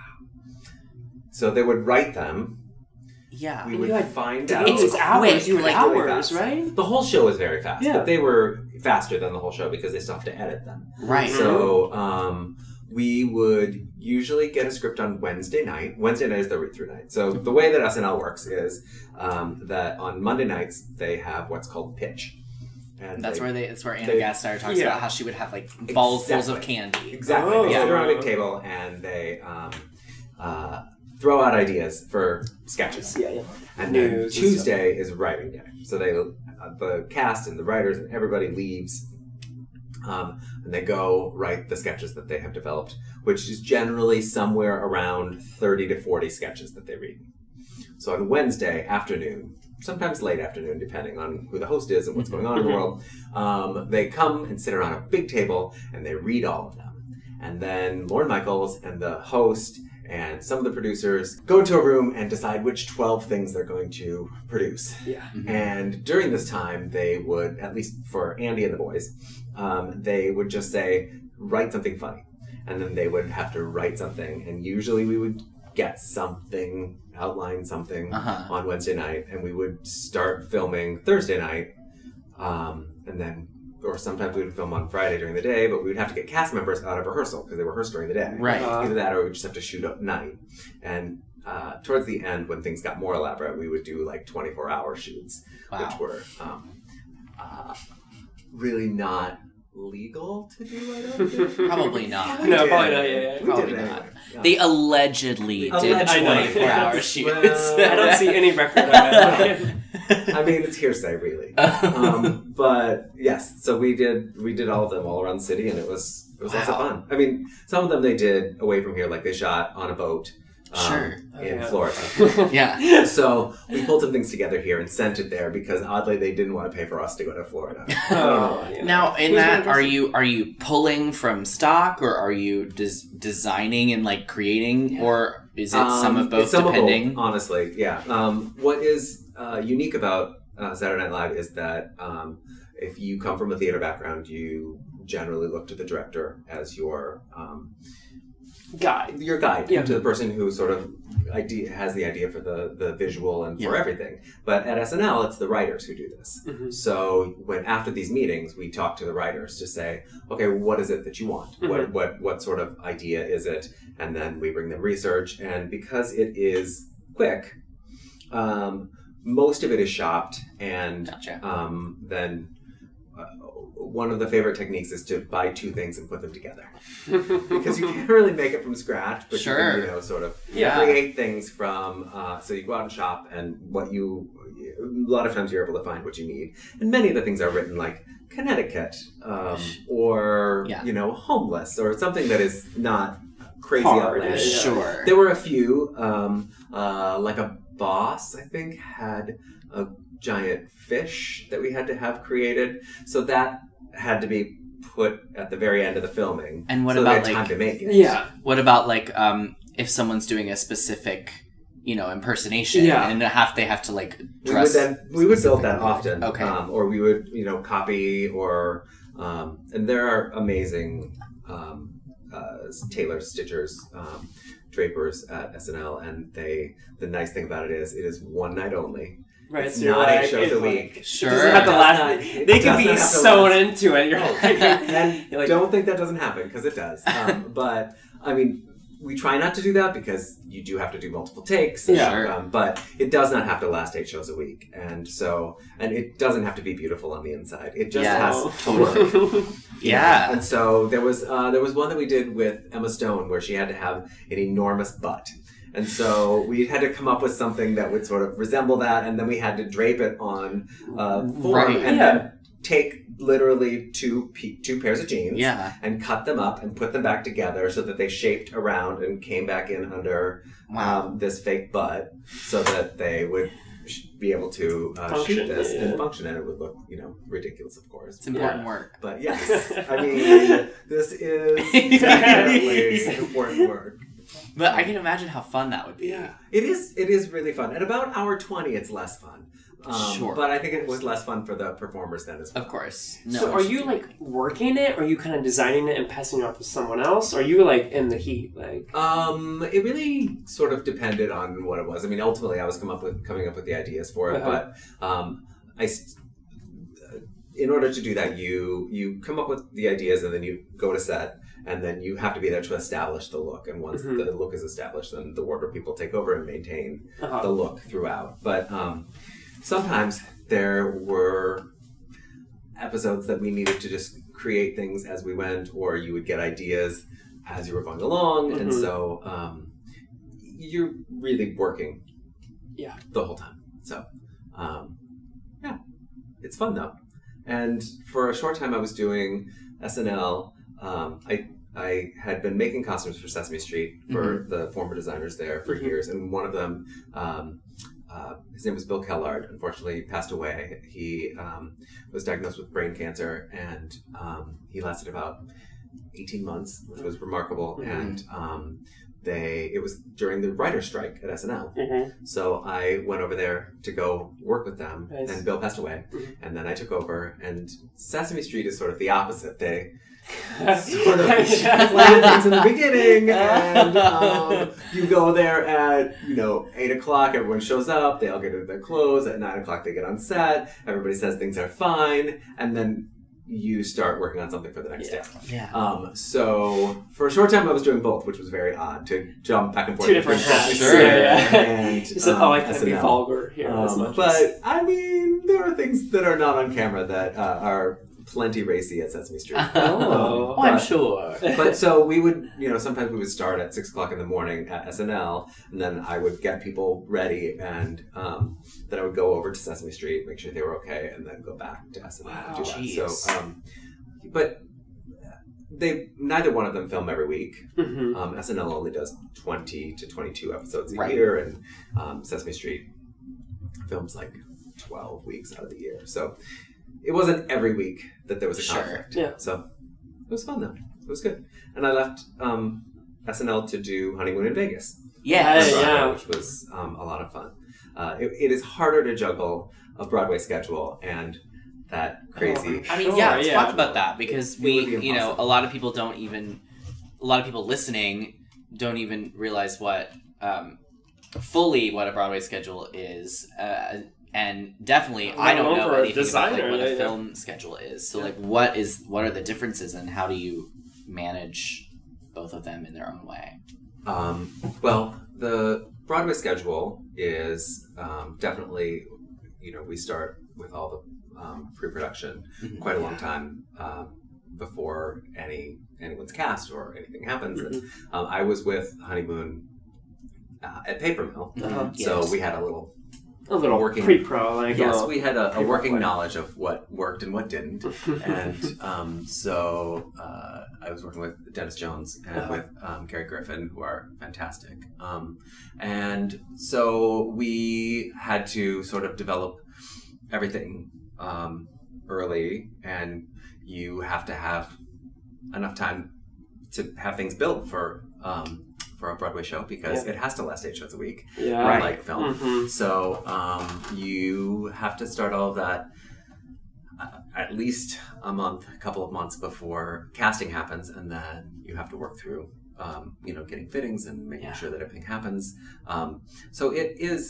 So they would write them. Yeah. We And would you had- find out. It was hours. quick, You were like, really hours, fast. (laughs) right? The whole show was very fast, Yeah. but they were faster than the whole show because they still have to edit them. Right. Mm-hmm. So um, we would usually get a script on Wednesday night. Wednesday night is their read through night. So the way that SNL works is um, that on Monday nights they have what's called pitch. And That's they- where they. That's where Anna they- Oh, Gasteyer talks yeah. about how she would have like balls full of Exactly. candy. Exactly. They Oh. sit around a big table and they um, uh, throw out ideas for sketches. Yeah, yeah. And News then and stuff. Tuesday is writing day. So they, uh, the cast and the writers and everybody leaves, um, and they go write the sketches that they have developed, which is generally somewhere around thirty to forty sketches that they read. So on Wednesday afternoon, sometimes late afternoon, depending on who the host is and what's going on in the world, um, they come and sit around a big table and they read all of them. And then Lorne Michaels and the host and some of the producers go into a room and decide which 12 things they're going to produce. Yeah. And during this time, they would, at least for Andy and the boys, um, they would just say, write something funny. And then they would have to write something. And usually we would get something, outline something Uh-huh. on (laughs) Wednesday night. And we would start filming Thursday night. Um, and then, or sometimes we would film on Friday during the day, but we would have to get cast members out of rehearsal because they rehearse during the day. Right. Either that or we would just have to shoot at night. And uh, towards the end, when things got more elaborate, we would do like 24 hour shoots, Wow. which were um, uh, really not legal to do, I don't think. Probably not. We (laughs) No, did probably it not, anyway. yeah, yeah. We Probably did it not. anyway. Yeah. They allegedly did Allegedly. twenty-four hour Yes. shoots. Well, I don't see (laughs) any record (laughs) of it. I mean, it's hearsay, (laughs) really. um, but yes, so we did we did all of them all around the city, and it was it was lots of Wow. fun. I mean, some of them they did away from here, like they shot on a boat, Sure. in yeah. (laughs) Florida. Um, yeah. so we pulled some things together here and sent it there because oddly they didn't want to pay for us to go to Florida. I don't know why. yeah. Now, in Who's that, gonna are you are you pulling from stock, or are you des- designing and like creating, or is it some Um, of both? it's some of both, depending. honestly, yeah. Um, what is uh, unique about uh, Saturday Night Live is that um, if you come from a theater background, you generally look to the director as your um, Guy. your guide Yeah. to the person who sort of idea has the idea for the the visual and for Yeah. everything. But at SNL, it's the writers who do this. Mhm. So when after these meetings, we talk to the writers to say, okay, what is it that you want? What what what sort of idea is it? And then we bring them research, and because it is quick, um, most of it is shopped, and Gotcha. um, then. uh, One of the favorite techniques is to buy two things and put them together because you (laughs) can't really make it from scratch, but you can, Sure. you know, sort of Yeah. create things from. Uh, so you go out and shop, and what you a lot of times you're able to find what you need, and many of the things are written like Connecticut um, or Yeah. you know homeless or something that is not crazy Hard, outlandish. sure. There were a few, um, uh, like a boss, I think, had a giant fish that we had to have created. So that had to be put at the very end of the filming. And what so that about we like had time to make it? What about like um if someone's doing a specific, you know, impersonation Yeah. and have they have to like we would dress then we would build that often, Okay. um, or we would you know copy or um, and there are amazing um, uh, tailor stitchers. Um, Drapers at SNL, and they the nice thing about it is it is one night only. Right, it's so you're not like, eight shows it's a like- week. Sure. doesn't have to (laughs) last- It Uh, they could doesn't be have to sewn last. into it. You're Oh, like- and you're like- don't think that doesn't happen because it does. Um, but I mean, we try not to do that because you do have to do multiple takes. and, Yeah. Sure. um, but it does not have to last eight shows a week, and so and it doesn't have to be beautiful on the inside. It just Yeah. (laughs) has to work. Totally. You Yeah. know? (laughs) And so there was uh, there was one that we did with Emma Stone where she had to have an enormous butt. And so we had to come up with something that would sort of resemble that, and then we had to drape it on uh, form Right. and Yeah. then take literally two pe- two pairs of jeans Yeah. and cut them up and put them back together so that they shaped around (laughs) and came back in under um, this fake butt so that they would sh- be able to uh, shoot Function, this yeah. and function and it would look you know ridiculous of course It's important work. (laughs) but yes i mean this is definitely (laughs) important work But I can imagine how fun that would be. yeah it is it is really fun at about hour 20 it's less fun um, Sure. but i think it was less fun for the performers then as well Of course. so are you like working it? Or are you kind of designing it and passing it off to someone else? Or are you like in the heat? Like Um, it really sort of depended on what it was. I mean, ultimately, I was come up with coming up with the ideas for it, Uh-huh. but um, I, s- in order to do that, you you come up with the ideas and then you go to set, and then you have to be there to establish the look. And once Mhm. the look is established, then the wardrobe people take over and maintain Uh-huh. the look throughout. But um, sometimes there were episodes that we needed to just create things as we went, or you would get ideas as you were going along, and Mhm. so um, you're really working, Yeah. the whole time. So, um, yeah, it's fun though. And for a short time, I was doing SNL. Um, I I had been making costumes for Sesame Street for the former designers there for Mhm. years, and one of them. Um, uh, his name was Bill Kellard. Unfortunately, he passed away. He um, was diagnosed with brain cancer, and um, he lasted about 18 months, which was remarkable. Mhm. And um, they it was during the writer strike at SNL. Mhm. So I went over there to go work with them, Nice. um, and Bill passed away, Mhm. and then I took over. And Sesame Street is sort of the opposite. They (laughs) sort (laughs) of plan Yeah. things in the beginning, and um, you go there at you know eight o'clock. Everyone shows up. They all get into their clothes. At nine o'clock, they get on set. Everybody says things are fine, and then you start working on something for the next day. Yeah. Um, so for a short time, I was doing both, which was very odd to jump back and forth. Two different between hats. Sesame Street Yeah, yeah. And, You said, "Oh, I couldn't be SNL." vulgar here as much Um, as- But I mean, there are things that are not on camera that uh, are plenty racy at Sesame Street. (laughs) Oh. Oh, I'm sure. But so we would, you know, sometimes we would start at six o'clock in the morning at SNL, and then I would get people ready, and um, then I would go over to Sesame Street, make sure they were okay, and then go back to SNL. and do that. Wow. So, um, but they neither one of them film every week. Mhm. Um, SNL only does twenty to twenty-two episodes a Right. year, and um, Sesame Street films like twelve weeks out of the year. So it wasn't every week that there was a Sure. conflict. Yeah. So it was fun though. It was good, and I left um, SNL to do honeymoon in Vegas. Yeah. on Yeah, Broadway, yeah. which was um, a lot of fun. Uh, it, it is harder to juggle a Broadway schedule and that crazy. Oh, I mean, Sure, yeah, let's yeah. talk about that because It would we, be you know, impossible. a lot of people don't even, a lot of people listening don't even realize what, um, fully what a Broadway schedule is. Uh, and definitely, I Let don't alone know for a anything designer, about like what yeah, a yeah. film schedule is. So, like, what is, what are the differences and how do you manage both of them in their own way? Um, well, the Broadway schedule is um, definitely, you know, we start with all the um, pre-production Mhm. quite a long time um, before any anyone's cast or anything happens. And, um, I was with Honeymoon uh, at Paper Mill, Uh-huh. Mhm. so Yes. we had a little a little working- pre-pro, like yes, well, we had a, a pre-pro working plan. (laughs) knowledge of what worked and what didn't, and um, so uh, I I was working with Dennis Jones and Uh-huh. with um, Gary Griffin, who are fantastic. Um, and so we had to sort of develop everything um, early, and you have to have enough time to have things built for um, for a Broadway show because Yeah. it has to last eight shows a week, Yeah. right. Right. like film. Mhm. So um, you have to start all of that uh, at least a month, a couple of months before casting happens, and then you have to work through, um, you know, getting fittings and making sure that everything happens. Um, so it is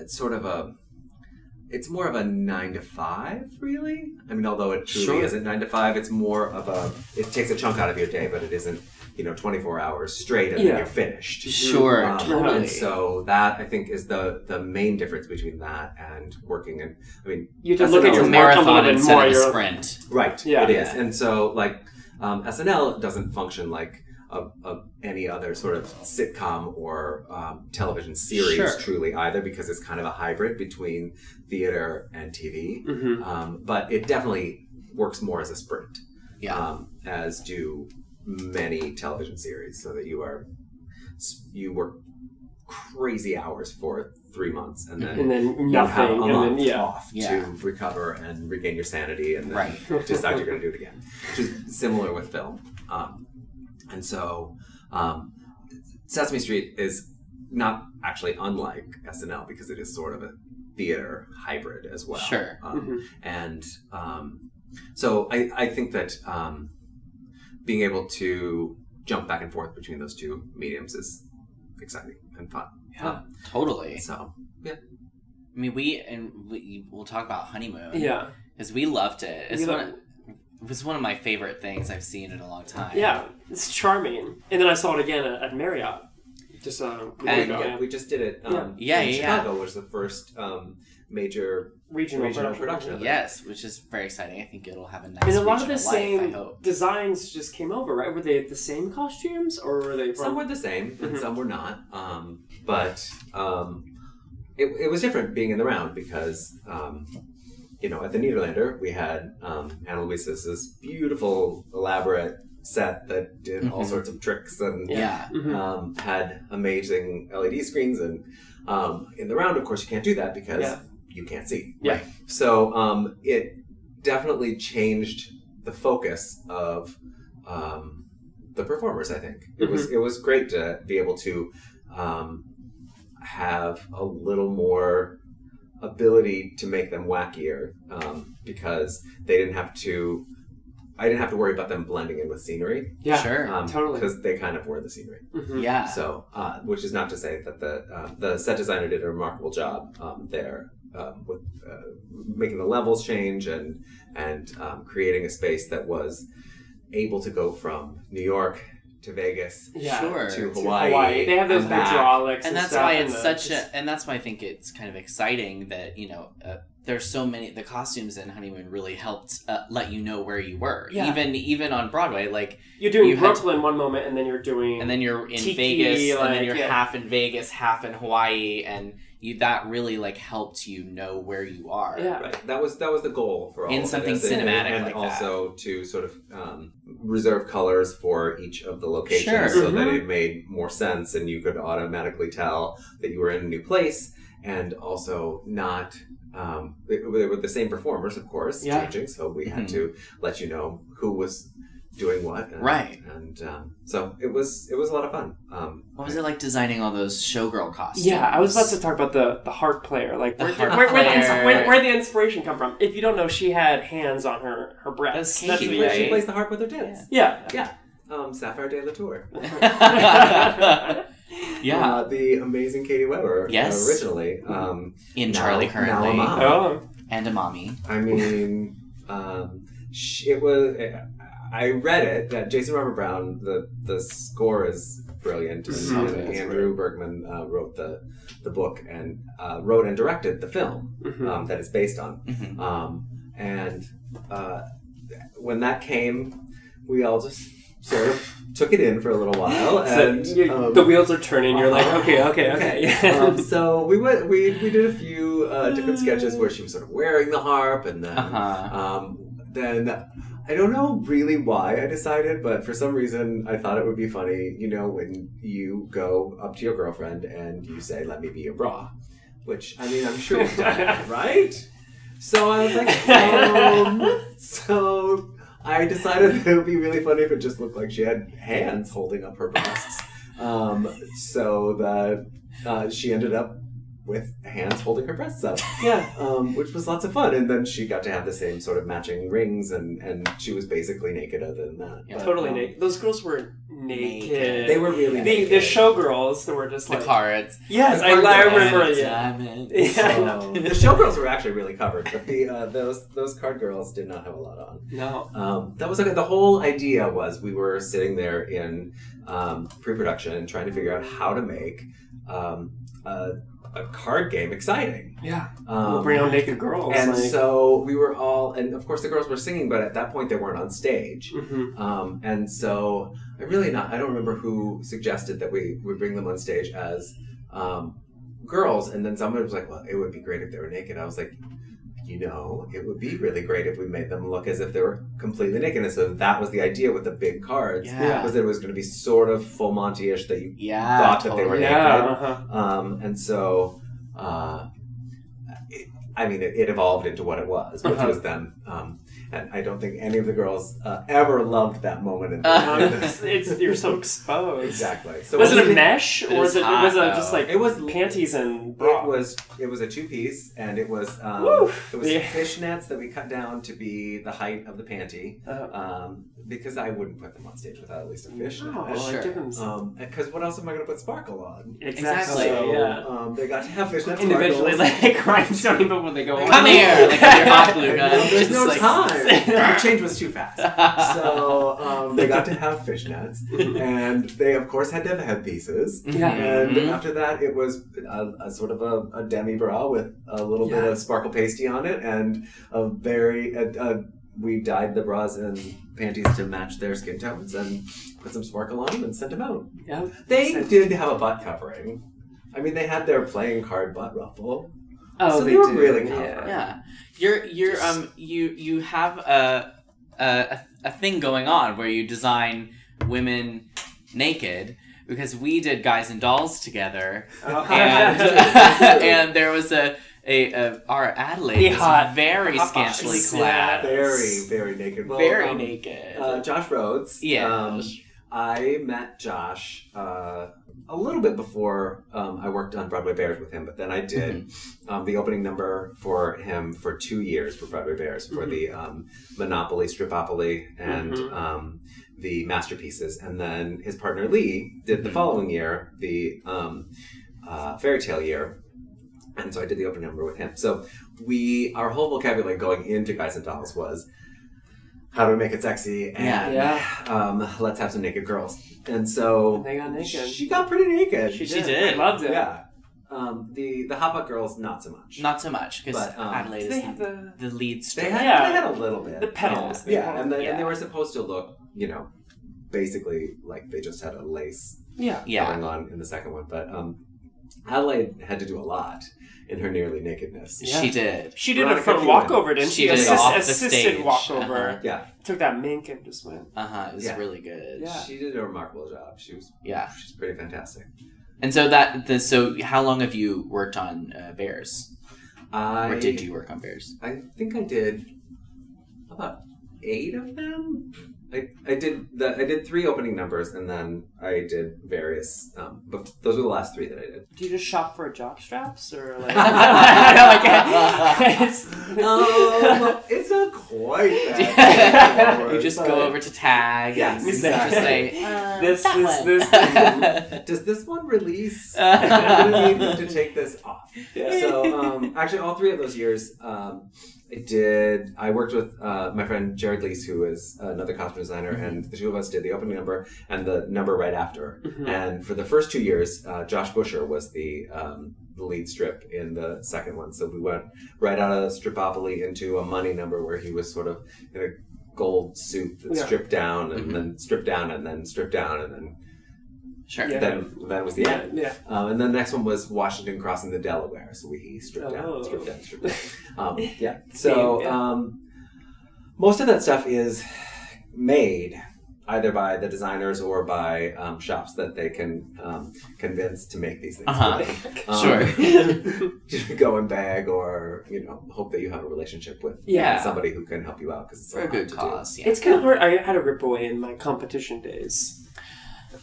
it's sort of a it's more of a nine to five, really. I mean, although it truly Sure. isn't nine to five, it's more of a it takes a chunk out of your day, but it isn't you know twenty four hours straight and Yeah. then you're finished. Um, Sure, totally. And so that I think is the the main difference between that and working and I mean You just SNL look at is your a work a little bit more, you're- Right. Yeah. It is. And so like um, SNL doesn't function like a, a, any other sort of sitcom or um, television series Sure. truly either because it's kind of a hybrid between theater and TV. Mm-hmm. Mhm. Um, but it definitely works more as a sprint. Yeah. Um, as do many television series so that you are you work crazy hours for three months and then And then you nothing, have a and then- month yeah. off Yeah. to recover and regain your sanity and then Right. decide you're going to do it again which is similar with film um, and so um, sesame street is not actually unlike snl because it is sort of a theater hybrid as well Sure. Um, Mhm. and um, so I, I think that um, being able to jump back and forth between those two mediums is exciting and fun Yeah, totally. so yeah I mean, we and we, we'll talk about honeymoon. (laughs) Yeah. because we loved it. It's We one. love- of- it was one of my favorite things I've seen in a long time. Yeah, it's charming. And then I saw it again at, at Marriott. Just uh, a week And ago. yeah, we just did it. Um, Yeah, in yeah, yeah. Chicago was the first um, major Regional production. production. of it. Yes, which is very exciting. I think it'll have a nice. and a lot of regional the life, I same hope. designs just came over, right? Were they the same costumes, or were they from... Some were the same, and some were not. Um, but um, it, it was different being in the round because, um, you know, at the Niederlander, we had um, Anna Luisa's this beautiful, elaborate set that did all Mm-hmm. Mhm. sorts of tricks and Yeah. Mhm. um, had amazing LED screens. And um, in the round, of course, you can't do that because Yeah. you can't see. Yeah. Right. So um, it definitely changed the focus of um, the performers. I think it was it was great to be able to um, have a little more ability to make them wackier um, because they didn't have to. I didn't have to worry about them blending in with scenery. Yeah, Sure. Um, totally. Because they kind of were the scenery. Mhm. Yeah. So, uh, which is not to say that the uh, the set designer did a remarkable job um, there um, with uh, making the levels change and and um, creating a space that was able to go from New York to Vegas, Yeah. Sure. to To Hawaii. Hawaii. They have those and back. hydraulics and and that's stuff why and it's the- such a and that's why i think it's kind of exciting that you know uh, there's so many the costumes in honeymoon really helped uh, let you know where you were Yeah. even even on broadway like You're doing you had to- Brooklyn one moment, and then you're doing... and then you're in Tiki, vegas and like, then you're yeah. half in vegas half in hawaii and you that really like helped you know where you are Right. That was that was the goal for all In of it, something as it- and- cinematic and like that. also to sort of um, reserve colors for each of the locations, Sure. so that Mhm. it made more sense, and you could automatically tell that you were in a new place, and also not. Um, they, they were the same performers, of course, Yeah. changing. So we had Mhm. to let you know who was doing what, and, Right. And um, so it was it was a lot of fun. Um, what was it like designing all those showgirl costumes Yeah, I was about to talk about the, the harp player. Like, The where, harp where, where, the ins- player. where, where'd the inspiration come from? If you don't know, she had hands on her, her breasts. That's what Kiki, you- right? She (laughs) plays the harp with her dance. Yeah. Yeah. Um, Sapphire de la Tour. Yeah. Uh, the amazing Katie Weber. Yes. Originally. Um, in now- charlie currently Now a mom. Oh. and a mommy I mean, um, sh- it was. I read it that Jason Robert Brown, the the score is brilliant, and, Mm-hmm. Oh, So and good. Andrew Bergman uh, wrote the the book and uh, wrote and directed the film Mhm. um, that it's based on. Mm-hmm. Um, and uh, when that came, we all just sort of took it in for a little while, (laughs) So and you- the wheels are turning. You're like, (laughs) okay, okay, okay. (laughs) um, so we went. Uh-huh. We we did a few uh, different sketches where she was sort of wearing the harp, and then um, then I don't know really why I decided, but for some reason I thought it would be funny, you know, when you go up to your girlfriend and you say, "Let me be your bra," which I mean I'm sure you've done, that, right? So I was like, um, so I decided that it would be really funny if it just looked like she had hands holding up her breasts. Um, so that uh, she ended up with hands holding her breasts up. Yeah, um, which was lots of fun. And then she got to have the same sort of matching rings, and, and she was basically naked other than that. Yeah, But, totally um, naked. Those girls were naked. Naked. They were really the, naked. The showgirls that were just The like cards. Yes, The I, cards I are remember. in. (laughs) Yeah. Damn it. yeah. So, the showgirls were actually really covered, but the uh, those those card girls did not have a lot on. (laughs) No. Um, that was okay. The whole idea was we were sitting there in um, pre-production and trying to figure out how to make um, a, a card game exciting. Yeah. Um, We'll bring on naked girls. And like- so we were all, and of course the girls were singing, but at that point they weren't on stage. Mhm. Um, and so I really not, I don't remember who suggested that we would bring them on stage as um, girls. And then somebody was like, well, it would be great if they were naked. I was like, you know, it would be really great if we made them look as if they were completely naked. And so that was the idea with the big cards. Yeah. Was that it was going to be sort of full Monty ish that you Yeah, thought that they were totally. naked. Yeah, uh-huh. Um, and so, uh, it, I mean, it, it evolved into what it was, which Uh-huh. was them. Um, and I don't think any of the girls uh, ever loved that moment. (laughs) In Um, (laughs) in it's, it's- you're so exposed. Exactly. So So was it a it- mesh it or is was it, hot, was it though. just like It was- panties and bra? It was it was a two piece, and it was um, Woo! it was Yeah. fishnets that we cut down to be the height of the panty, Oh. um, because I wouldn't put them on stage without at least a fishnet. No, I didn't. Because Um, what else am I going to put sparkle on? Exactly, So, yeah. um, they got to have fishnets Individually, like (laughs) rhinestone, but when they go (laughs) on. Come here, like with your hot glue gun. There's no Just, like, (laughs) time. the change was too fast. So um, they got to have fishnets, and they of course had to have headpieces. Yeah. And uh, Mhm. after that, it was a, a sort of a, a demi bra with a little bit Yeah. of sparkle pasty on it, and a very a, a, we dyed the bras and panties to match their skin tones, and put some sparkle on them and sent them out. Yeah. They did have a butt covering. I mean, they had their playing card butt ruffle. Oh, so they, they were did, really yeah. covered. Yeah, you're you're um you you have a a a thing going on where you design women naked because we did guys and dolls together Oh. and and there was a. A, a, our The Adelaide was hot- very hot box. scantily Yeah. clad. Very, very naked. Well, Very um, naked. Uh, Josh Rhodes. Yeah. Um, I met Josh uh, a little bit before um, I worked on Broadway Bears with him, but then I did um, the opening number for him for two years for Broadway Bears for the um, Monopoly, Stripopoly, (laughs) and Mhm. um, the masterpieces. And then his partner Lee did the following year, the um, uh, fairy tale year. And so I did the opening number with him. So we, our whole vocabulary going into Guys and Dolls was how do we make it sexy and Yeah. Um, let's have some naked girls. And so And they got naked. She got pretty naked. She She did. did. I loved it. Yeah. Um, the the hot butt girls not so much. Not so much because But, um, Adelaide They is had the, the the lead They strip. had, Yeah. they had a little bit. the petals. Yeah, yeah. And, the, they Yeah. and they were supposed to look, you know, basically like they just had a lace yeah. Yeah. going on in the second one. But um, Adelaide had to do a lot in her nearly nakedness. Yeah. She did. She did a Veronica front Newman. walkover, didn't she? She did it Assist- off the assisted stage. walkover. Uh-huh. Yeah. Took that mink and just went. Uh huh. It was Yeah. really good. Yeah. She did a remarkable job. She was Yeah. She's pretty fantastic. And so that the, so how long have you worked on uh, bears? I Or did you work on bears? I think I did about eight of them. I, I did the I did three opening numbers and then I did various. Um, but those were the last three that I did. Do you just shop for job straps (laughs) or like? (laughs) like it's, Um, it's not quite (laughs) that. you just but- go over to tag Yes, and exactly. just say this, that this, one. (laughs) this, this. Does this one (laughs) release? I'm gonna need him to take this off. So um, actually, all three of those years, um, I did. I worked with uh, my friend Jared Lees, who is another costume designer, and the two of us did the opening number and the number right after. And for the first two years, uh, Josh Busher was the um, the lead strip in the second one. So we went right out of Stripopoly into a money number where he was sort of in a gold suit that's Yeah. stripped down and Mhm. then stripped down and then stripped down and then sure. Yeah. then then was the Yeah, end. yeah. Um, and then the next one was Washington crossing the Delaware. So we he stripped Oh. down, stripped down, stripped down. Um, yeah. So Yeah. um, most of that stuff is made either by the designers or by um, shops that they can um, convince to make these things. Uh-huh. (laughs) Um, sure. go and beg, or you know, hope that you have a relationship with Yeah. somebody who can help you out because it's For a hard good to cause, Do. (laughs) It's kind of hard. I had a ripaway in my competition days.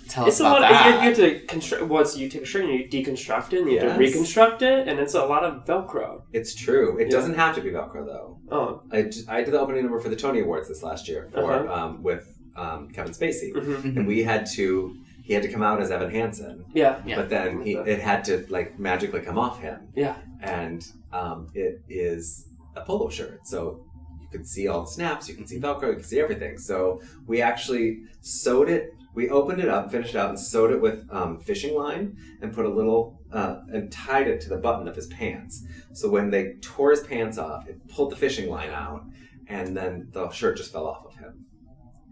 Tell us it's about a lot. that. You, you have to construct. Well, it's, you take a string and you deconstruct it, and you have Yes. to reconstruct it, and it's a lot of Velcro. It's true. It Yeah. doesn't have to be Velcro though. Oh, I, d- I did the opening number for the Tony Awards this last year for Uh-huh. um, with um, Kevin Spacey, Mhm. and we had to he had to come out as Evan Hansen. Yeah. Yeah. But then he, it had to like magically come off him. yeah. and um, it is a polo shirt. So you can see all the snaps, you can see Velcro, you can see everything. So we actually sewed it. We opened it up, finished it out, and sewed it with um, fishing line, and put a little uh, and tied it to the button of his pants. So when they tore his pants off, it pulled the fishing line out, and then the shirt just fell off of him,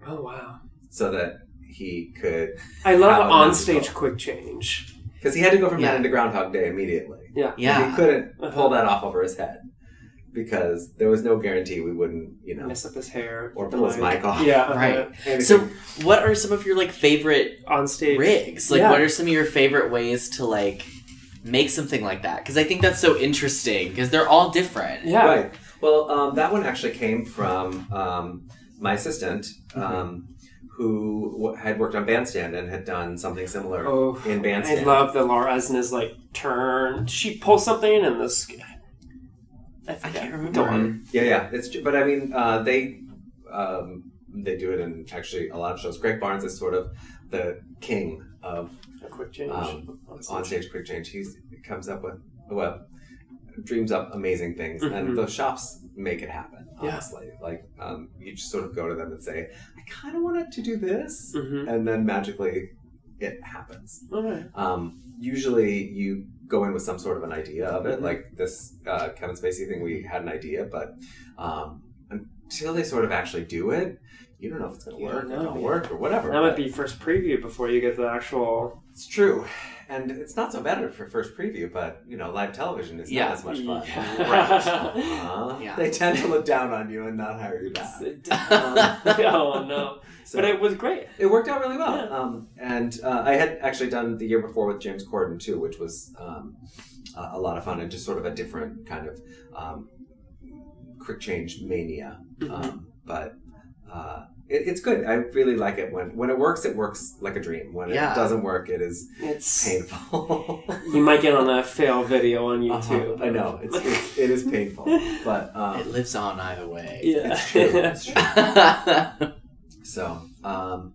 Oh wow. so that he could. I love have a on-stage quick change. because he had to go from Yeah. that into Groundhog Day immediately. Yeah. Uh-huh. Yeah. He couldn't pull that off over his head because there was no guarantee we wouldn't, you know, Mess up his hair or pull his mic off. Yeah. uh-huh. Right. Anything. So, what are some of your like favorite On stage. rigs? Like, what are some of your favorite ways to like make something like that? Because I think that's so interesting. Because they're all different. Yeah. Right. Well, um, that one actually came from um, my assistant, Mm-hmm. um, who w- had worked on Bandstand and had done something similar Oh, in Bandstand. I love that Laura Esna's like turn. She pulls something and the. sk- I, I forget. can't remember. Don't- Mm-hmm. Yeah, yeah. It's ju- but I mean uh, they um, they do it in actually a lot of shows. Greg Barnes is sort of the king of A quick change. um, on stage quick change. He comes up with well, dreams up amazing things, Mhm. and the shops make it happen. Yeah. Honestly, like um, you just sort of go to them and say, "I kind of wanted to do this," Mhm. and then magically it happens. Okay. Um, usually, you go in with some sort of an idea of it, like this uh, Kevin Spacey thing. We had an idea, but um, until they sort of actually do it, you don't know if it's going to You work don't or know, not yeah. work or whatever. That might but- be first preview before you get the (laughs) actual. (laughs) it's true. And it's not so bad for first preview, but you know, live television is Yeah. not as much fun. Yeah. Uh, (laughs) Yeah. They tend to look down on you and not hire you back. oh no! So But it was great. it worked out really well. Um, and uh, I had actually done the year before with James Corden too, which was um, a a lot of fun and just sort of a different kind of um, quick change mania. Um, but uh, it, it's good. I really like it when when it works. It works like a dream. When Yeah. it doesn't work, it is It's painful. (laughs) you might get on a fail video on Uh-huh, YouTube. I know it's, it's it is (laughs) painful, but It um, lives on either way. Yeah. it's (laughs) true. It's true. So, um,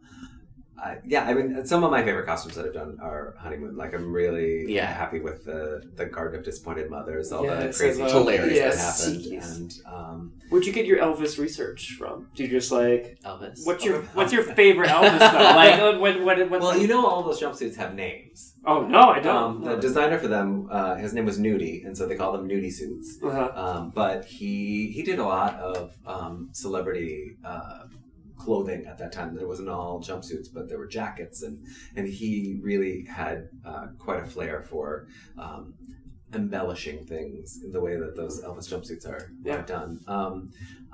I, yeah, I mean, some of my favorite costumes that I've done are honeymoon. Like, I'm really Yeah. happy with the the Garden of Disappointed Mothers, all Yes, the crazy I love- hilarious yes. that happened, Jeez. and um, Where'd you get your Elvis research from? Do you just like (laughs) Elvis. what's (laughs) your what's your favorite Elvis though? Like uh, what what what's well, you know, all those jumpsuits have names. Oh no, I Um, don't. the designer for them, uh, his name was Nudie, and so they call them nudie suits. Uh-huh. Um, but he he did a lot of um, celebrity uh, clothing at that time. It wasn't all jumpsuits, but there were jackets, and and he really had uh, quite a flair for um, embellishing things in the way that those Elvis jumpsuits are, Yeah. are done. Um,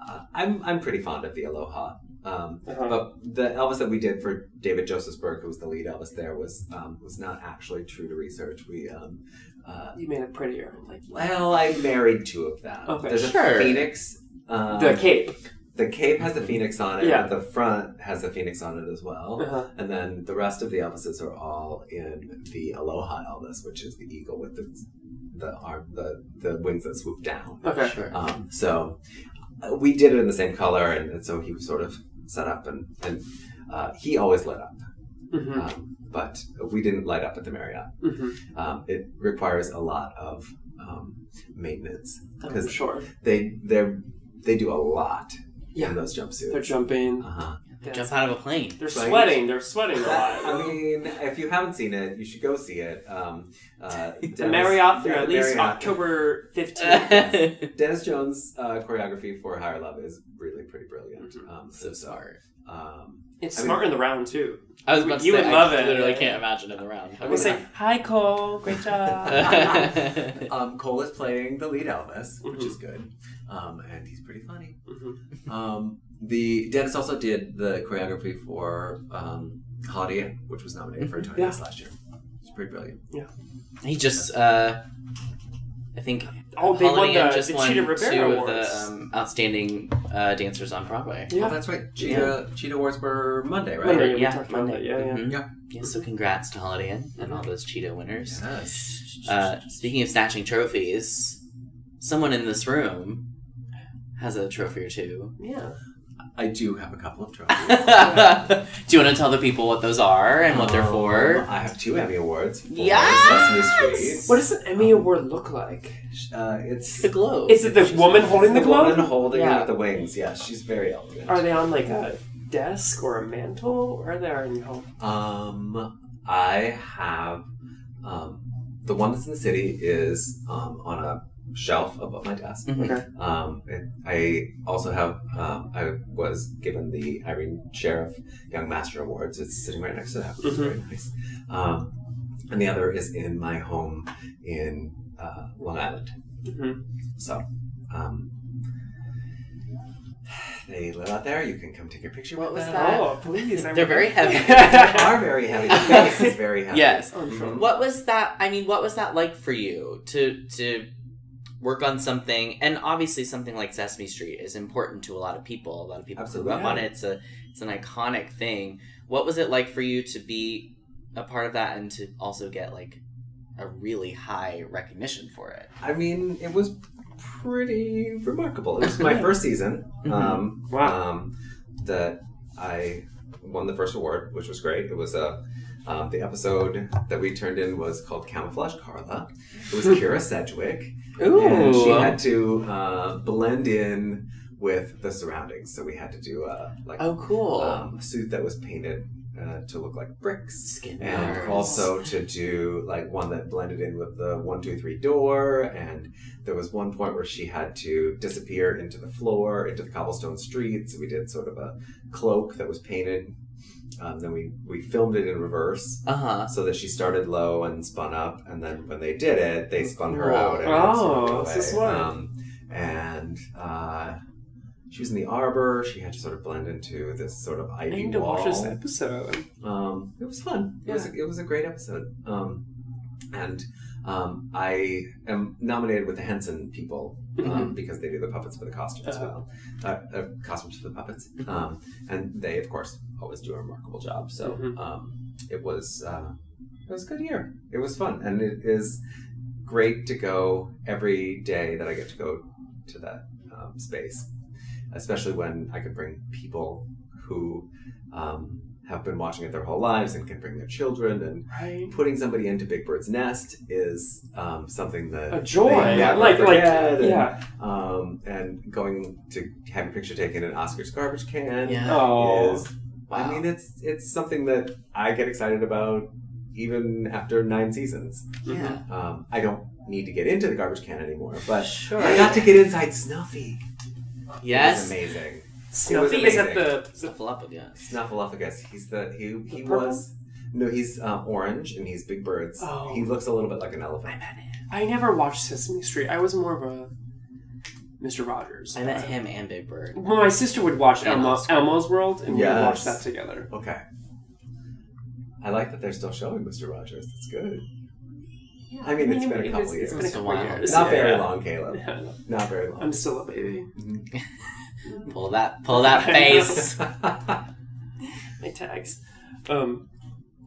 uh, I'm I'm pretty fond of the Aloha. Um, Uh-huh. But the Elvis that we did for David Josephsberg, who was the lead Elvis there, was um, was not actually true to research. We um, uh, You made it prettier. Like well, I married two of them. Okay. There's a Sure. phoenix. Um, the cape. The cape has the phoenix on it. Yeah. But the front has the phoenix on it as well. Uh-huh. And then the rest of the Elvises are all in the Aloha Elvis, which is the eagle with the the arm, the the wings that swoop down. Okay. Sure. Um, so uh, we did it in the same color, and, and so he was sort of set up, and and uh, he always lit up. hmm Um, but we didn't light up at the Marriott. hmm Um, it requires a lot of um, maintenance I'm because sure. they they they do a lot Yeah. in those jumpsuits. They're jumping. uh-huh. They jump out of a plane. They're sweating. They're sweating a lot. I mean, if you haven't seen it, you should go see it. Um, uh, The Dennis- Marriott through yeah, at the least Marriott. October (laughs) 15th. (laughs) Dennis Jones' uh, choreography for Higher Love is really pretty brilliant. Um, so smart. Um, It's I mean- smart in the round, too. I was about to you say, would I love it. literally can't imagine in the round. I would say, Hi, Cole. Great (laughs) job. um, Cole is playing the lead Elvis, which is good, um, and he's pretty funny. mm-hmm. (laughs) Um, the Dennis also did the choreography for um, Holiday, which was nominated for a Tony Yeah. this last year. It's pretty brilliant. Yeah. (laughs) He just, uh, I think. Oh, they won Holiday Inn the- just the won Cheetah Rivera two Awards. of the um, outstanding uh, dancers on Broadway. Yeah. Oh, that's right. Cheetah, Cheetah Awards were Monday, right? Monday, We yeah, talked about Monday. that. Yeah, yeah. Mhm. Yeah. Yeah, So congrats to Holiday Inn and all those Cheetah winners. Uh, speaking of snatching trophies, someone in this room has a trophy or two. (laughs) Yeah. I do have a couple of trophies. Do you want to tell the people what those are and what they're for? Um, I have two Emmy Awards. For Yes! Sesame Street. What does an Emmy Award look like? um, Uh, it's the globe. Is it the woman holding the, the globe? woman holding it Yeah. with the wings. Yeah, she's very elegant. Are they on like a desk or a mantle? Or are they on your home? Um, I have um, the one that's in the city is um, on a shelf above my desk. Mhm. Okay. Um, and I also have um, I was given the Irene Sheriff Young Master Awards. It's sitting right next to that, which is very nice. Um, and the other is in my home in uh, Long Island. Mhm. So. Um, they live out there. You can come take a picture. What was that? Oh, please. I They're would- very (laughs) heavy. they are very heavy. The face is very heavy. Yes. Mhm. What was that? I mean, what was that like for you to to work on something? And obviously, something like Sesame Street is important to a lot of people. A lot of people grew up Absolutely. on it. It's a it's an iconic thing. What was it like for you to be a part of that and to also get like a really high recognition for it? I mean, it was pretty remarkable. It was my (laughs) first season. Mm-hmm. Um, wow. Um, that I won the first award, which was great. It was a um, the episode that we turned in was called Camouflage Carla. It was Kira Sedgwick, and she Ooh. had to uh, blend in with the surroundings. So we had to do a like Oh, cool. um, a suit that was painted uh, to look like bricks, Skin and colors. also to do like one that blended in with the one two three door. And there was one point where she had to disappear into the floor, into the cobblestone streets. We did sort of a cloak that was painted. Um, then we we filmed it in reverse, Uh-huh. so that she started low and spun up. And then when they did it, they spun her Cool. out. And Oh, it sort of this is away. smart. Um, and. Uh, she was in the arbor. She had to sort of blend into this sort of I ivy need to wall. watch this episode. Um, it was fun. It was a, it was a great episode. Um, and um, I am nominated with the Henson people um, (laughs) Mhm. because they do the puppets for the costumes as well, uh, uh, costumes for the puppets, Mhm. um, and they of course always do a remarkable job. So mm-hmm. um, it was uh, it was a good year. It was fun, and it is great to go every day that I get to go to that um, space, especially when I can bring people who um, have been watching it their whole lives and can bring their children. And Right. putting somebody into Big Bird's nest is um, something that A joy. they never Like- like- forget, and, yeah. Um, and going to have your picture taken in Oscar's garbage can. Yeah. Oh. is- I mean, it's it's something that I get excited about even after nine seasons. Mm-hmm. Yeah. Um, I don't need to get into the garbage can anymore, but Sure. I got to get inside Snuffy. Yes. It was amazing. Snuffy is at the. Snuffleupagus. Snuffleupagus. He's the he he purple? was no he's um, orange and he's big birds. Oh. He looks a little bit like an elephant. I never watched Sesame Street. I was more of a Mr. Rogers. I met him and Big Bird. Well, my sister would watch And Elmo, Oscar. Elmo's World, and we would watch Yes. that together. Okay. I like that they're still showing Mr. Rogers. That's good. I mean, it's been a it couple was- years. It's been a couple Wow. years. Not yeah. very long, Caleb. Yeah. Not very long. (laughs) I'm still a baby. Pull that, pull (laughs) that face. My tags. Um,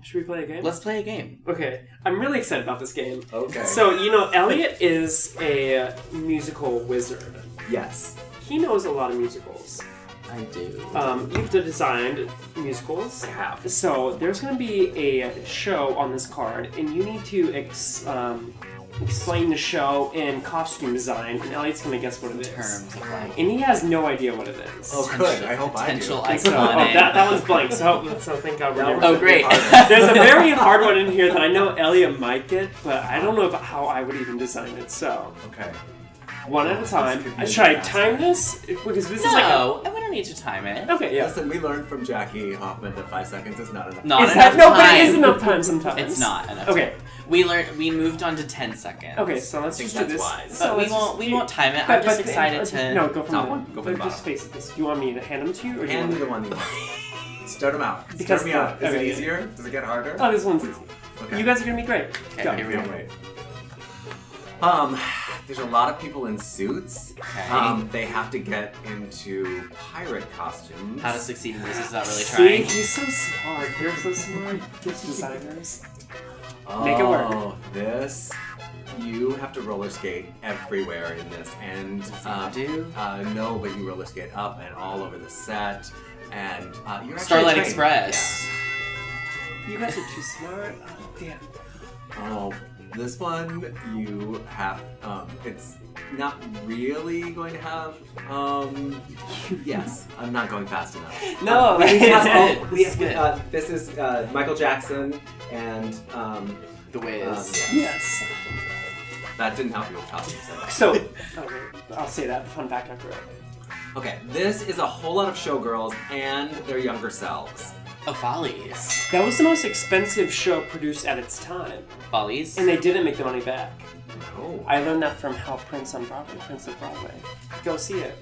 should we play a game? Let's play a game. Okay, I'm really excited about this game. Okay. So you know, Elliot is a musical wizard. yes, He knows a lot of musicals. I do. Um, you've designed musicals. have. So there's going to be a show on this card, and you need to ex- um, explain the show in costume design, and Elliot's gonna guess what it is. terms of like And he has no idea what it is. Oh, good. Potential- I hope I do. (laughs) potential So, oh, iconic. Oh, that, that was blank, so, so thank God we're That never was a bit harder. (laughs) There's a very hard one in here that I know Elliot might get, but I don't know about how I would even design it, so. Okay. One at a time. could be I should I a time this? Because this is like. No, a, we don't need to time it. Okay, yeah. Listen, we learned from Jackie Hoffman that five seconds is not enough. Not Is enough that- no, but it time. is enough time sometimes. It's not enough. Okay. time. We learned. We moved on to ten seconds. Okay, so I let's think just do that's this. wise. But So we let's won't. just- we won't time it. But- I'm just but- excited uh, to. No, go from Not the, one, go from but the bottom. Just face it. This. You want me to hand them to you, or do you Hand want me the one you (laughs) want. Start them out. Because- Start me out. Is okay. it easier? Does it get harder? Oh, this one's easy. Okay. You guys are gonna be great. Okay, Go. here we go. Um, there's a lot of people in suits. Um, they have to get into pirate costumes. How to succeed in this is not really See, trying. he's so smart. You're so smart. (laughs) Gift designers. Oh, Make it work. This. You have to roller skate everywhere in this, and uh, do uh, no, but you roller skate up and all over the set, and uh, you're actually Starlight trained. Express. You guys are too (laughs) smart. Oh, damn. Oh, this one you have. Um, it's not really going to have. Um, yes, I'm not going fast enough. (laughs) No, Um, we that's have- it. oh, we have- uh, this is uh, Michael Jackson and um, The Wiz. yes. That didn't help you with costumes. at all. (laughs) So, okay, I'll say that fun fact after it. okay, this is a whole lot of showgirls and their younger selves. Oh, Follies. That was the most expensive show produced at its time. Follies. And they didn't make the money back. No. I learned that from Hal Prince on Broadway, Prince of Broadway. Go see it.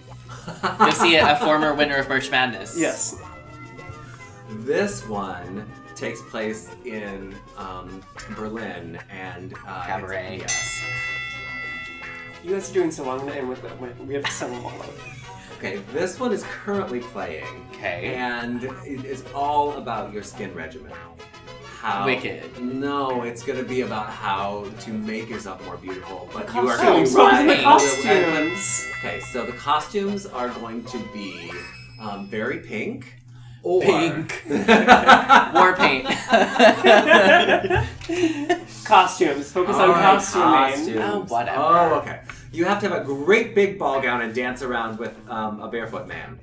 Go see it. A former winner of March Madness. Yes. This one takes place in um, Berlin and uh, Cabaret. it's- Yes. You guys are doing so long, I'm gonna end with it. Wait, We have seven more left. Okay, this one is currently playing. Okay. And it is all about your skin regimen. How Wicked. No, it's gonna be about how to make yourself more beautiful, but you are Costumes. going Oh, what are the right. costumes? Okay, so the costumes are going to be um, very pink. Or Pink. (laughs) (laughs) War paint. costumes. Focus on All right, costuming. costumes. Oh, okay. You have to have a great big ball gown and dance around with um, a barefoot man.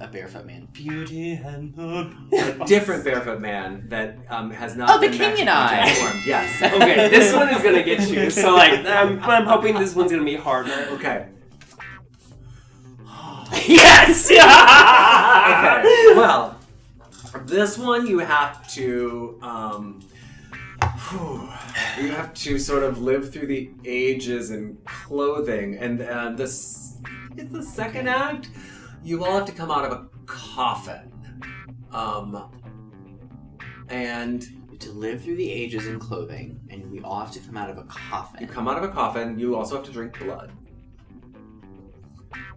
A barefoot man. Beauty and the a different barefoot man that um, has not Oh, the been King and magically I. (laughs) transformed. (laughs) Yes. Okay, this one is gonna get you. So like, I'm, I'm hoping this one's gonna be harder. Okay. yes. okay. Well, this one you have to um, whew, you have to sort of live through the ages in clothing, and uh, this is the second act. You all have to come out of a coffin, um, and To live through the ages in clothing, and we all have to come out of a coffin. you come out of a coffin. You also have to drink blood,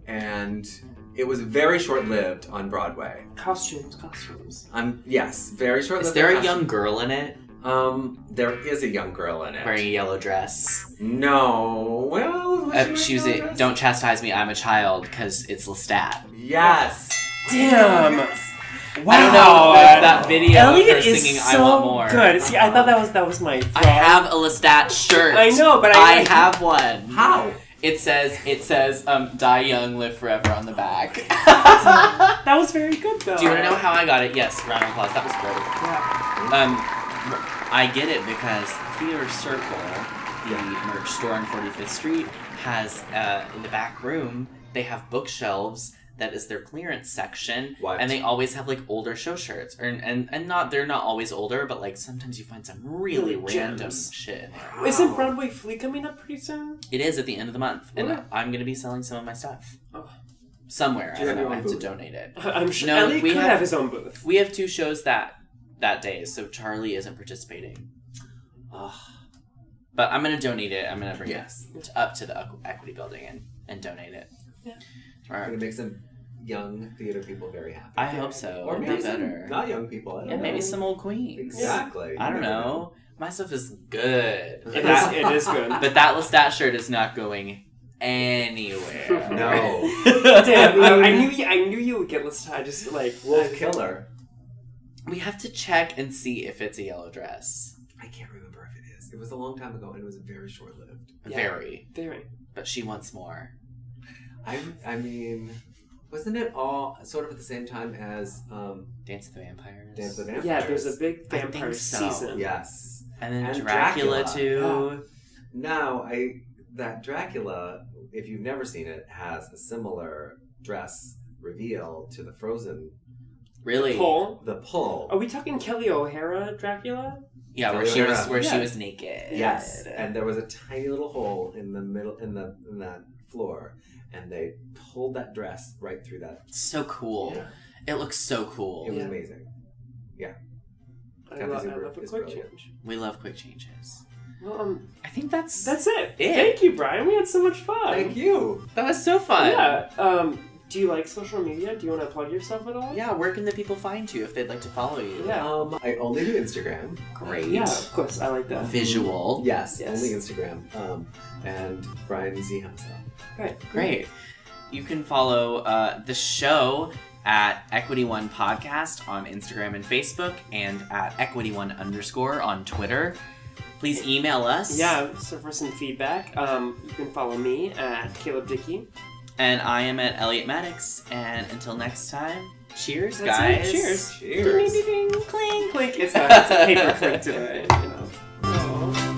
and it was very short-lived on Broadway. Costumes, costumes. Um, yes, very short. Is there a young girl in it? Um, there is a young girl in it. Wearing a yellow dress. No. Well, was Uh, she she was wearing a a, dress? don't chastise me, I'm a child, because it's Lestat. Yes. Damn. Wow. I don't know if that video Elliot of her is singing so I Want More. good. See, I thought that was that was my. I have a Lestat shirt. I know, but I- have one. How? It says it says um, die young, live forever on the back. (laughs) That was very good though. Do you want to know how I got it? Yes, round of applause. That was great. Um, I get it because Theater Circle, the merch store on 45th Street, has uh, in the back room they have bookshelves that is their clearance section, What? and they always have like older show shirts, and and and not they're not always older, but like sometimes you find some really Really random gems. shit. in there. Isn't Broadway Flea coming up pretty soon? It is at the end of the month, and Okay. I'm gonna be selling some of my stuff Oh. somewhere. Do I you have don't know. your I own have to booth? donate it. (laughs) I'm sure No, Elliot we could have- have his own booth. We have two shows that that day, so Charlie isn't participating. Ugh. But I'm gonna donate it. I'm gonna bring Yes. it up to the Equ- Equity Building and, and donate it. Yeah. I'm Tomorrow. gonna make some young theater people very happy. I hope so. Or Or maybe some better. not young people. I don't yeah, know. maybe some old queens. Exactly. I You don't never know. My stuff is (laughs) good. It is, That- it is good. but that Lestat shirt is not going anywhere. No. (laughs) Damn, (laughs) I, I knew you, I knew you would get listed. I just like Wolf Killer. We have to check and see if it's a yellow dress. I can't remember if it is. Yes, it was a long time ago and it was very short lived. Very. Very. But she wants more. I, I mean, wasn't it all sort of at the same time as um, Dance of the Vampires? Dance of the Vampires? Yeah, there's a big I think vampire so. season. Oh. Yes. And then Dracula, too. Yeah. Now, I that Dracula, if you've never seen it, has a similar dress reveal to the Frozen. Really? The pull? The pull. Are we talking Kelly O'Hara Dracula? Yeah, where Kelly she was O'Hara. where she Yeah. was naked. Yes, and there was a tiny little hole in the middle in the in that floor, and they pulled that dress right through that. So cool. Yeah. It looks so cool. It was amazing. Yeah, I Captain love, I Zuber love a is quick brilliant. change. We love quick changes. Well, um, I think that's that's it. It. Thank you, Brian. We had so much fun. Thank you. That was so fun. Yeah. Um, do you like social media? Do you want to plug yourself at all? Yeah, where can the people find you if they'd like to follow you? Yeah. Um, I only do Instagram. Great. Yeah, of course. I like that. Visual. Yes, Yes. only Instagram. Um, and Brian Z Hamza. Great. Great. You can follow uh, the show at Equity One Podcast on Instagram and Facebook, and at Equity One underscore on Twitter. Please email us. Yeah, so for some feedback, um, you can follow me at Caleb Dickey. And I am at Elliot Maddox. And until next time, cheers, That's guys. it. Cheers. Cheers. Ding, ding, ding. Clink, clink. It's a, (laughs) it's a paper clink today, you know.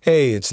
Hey, it's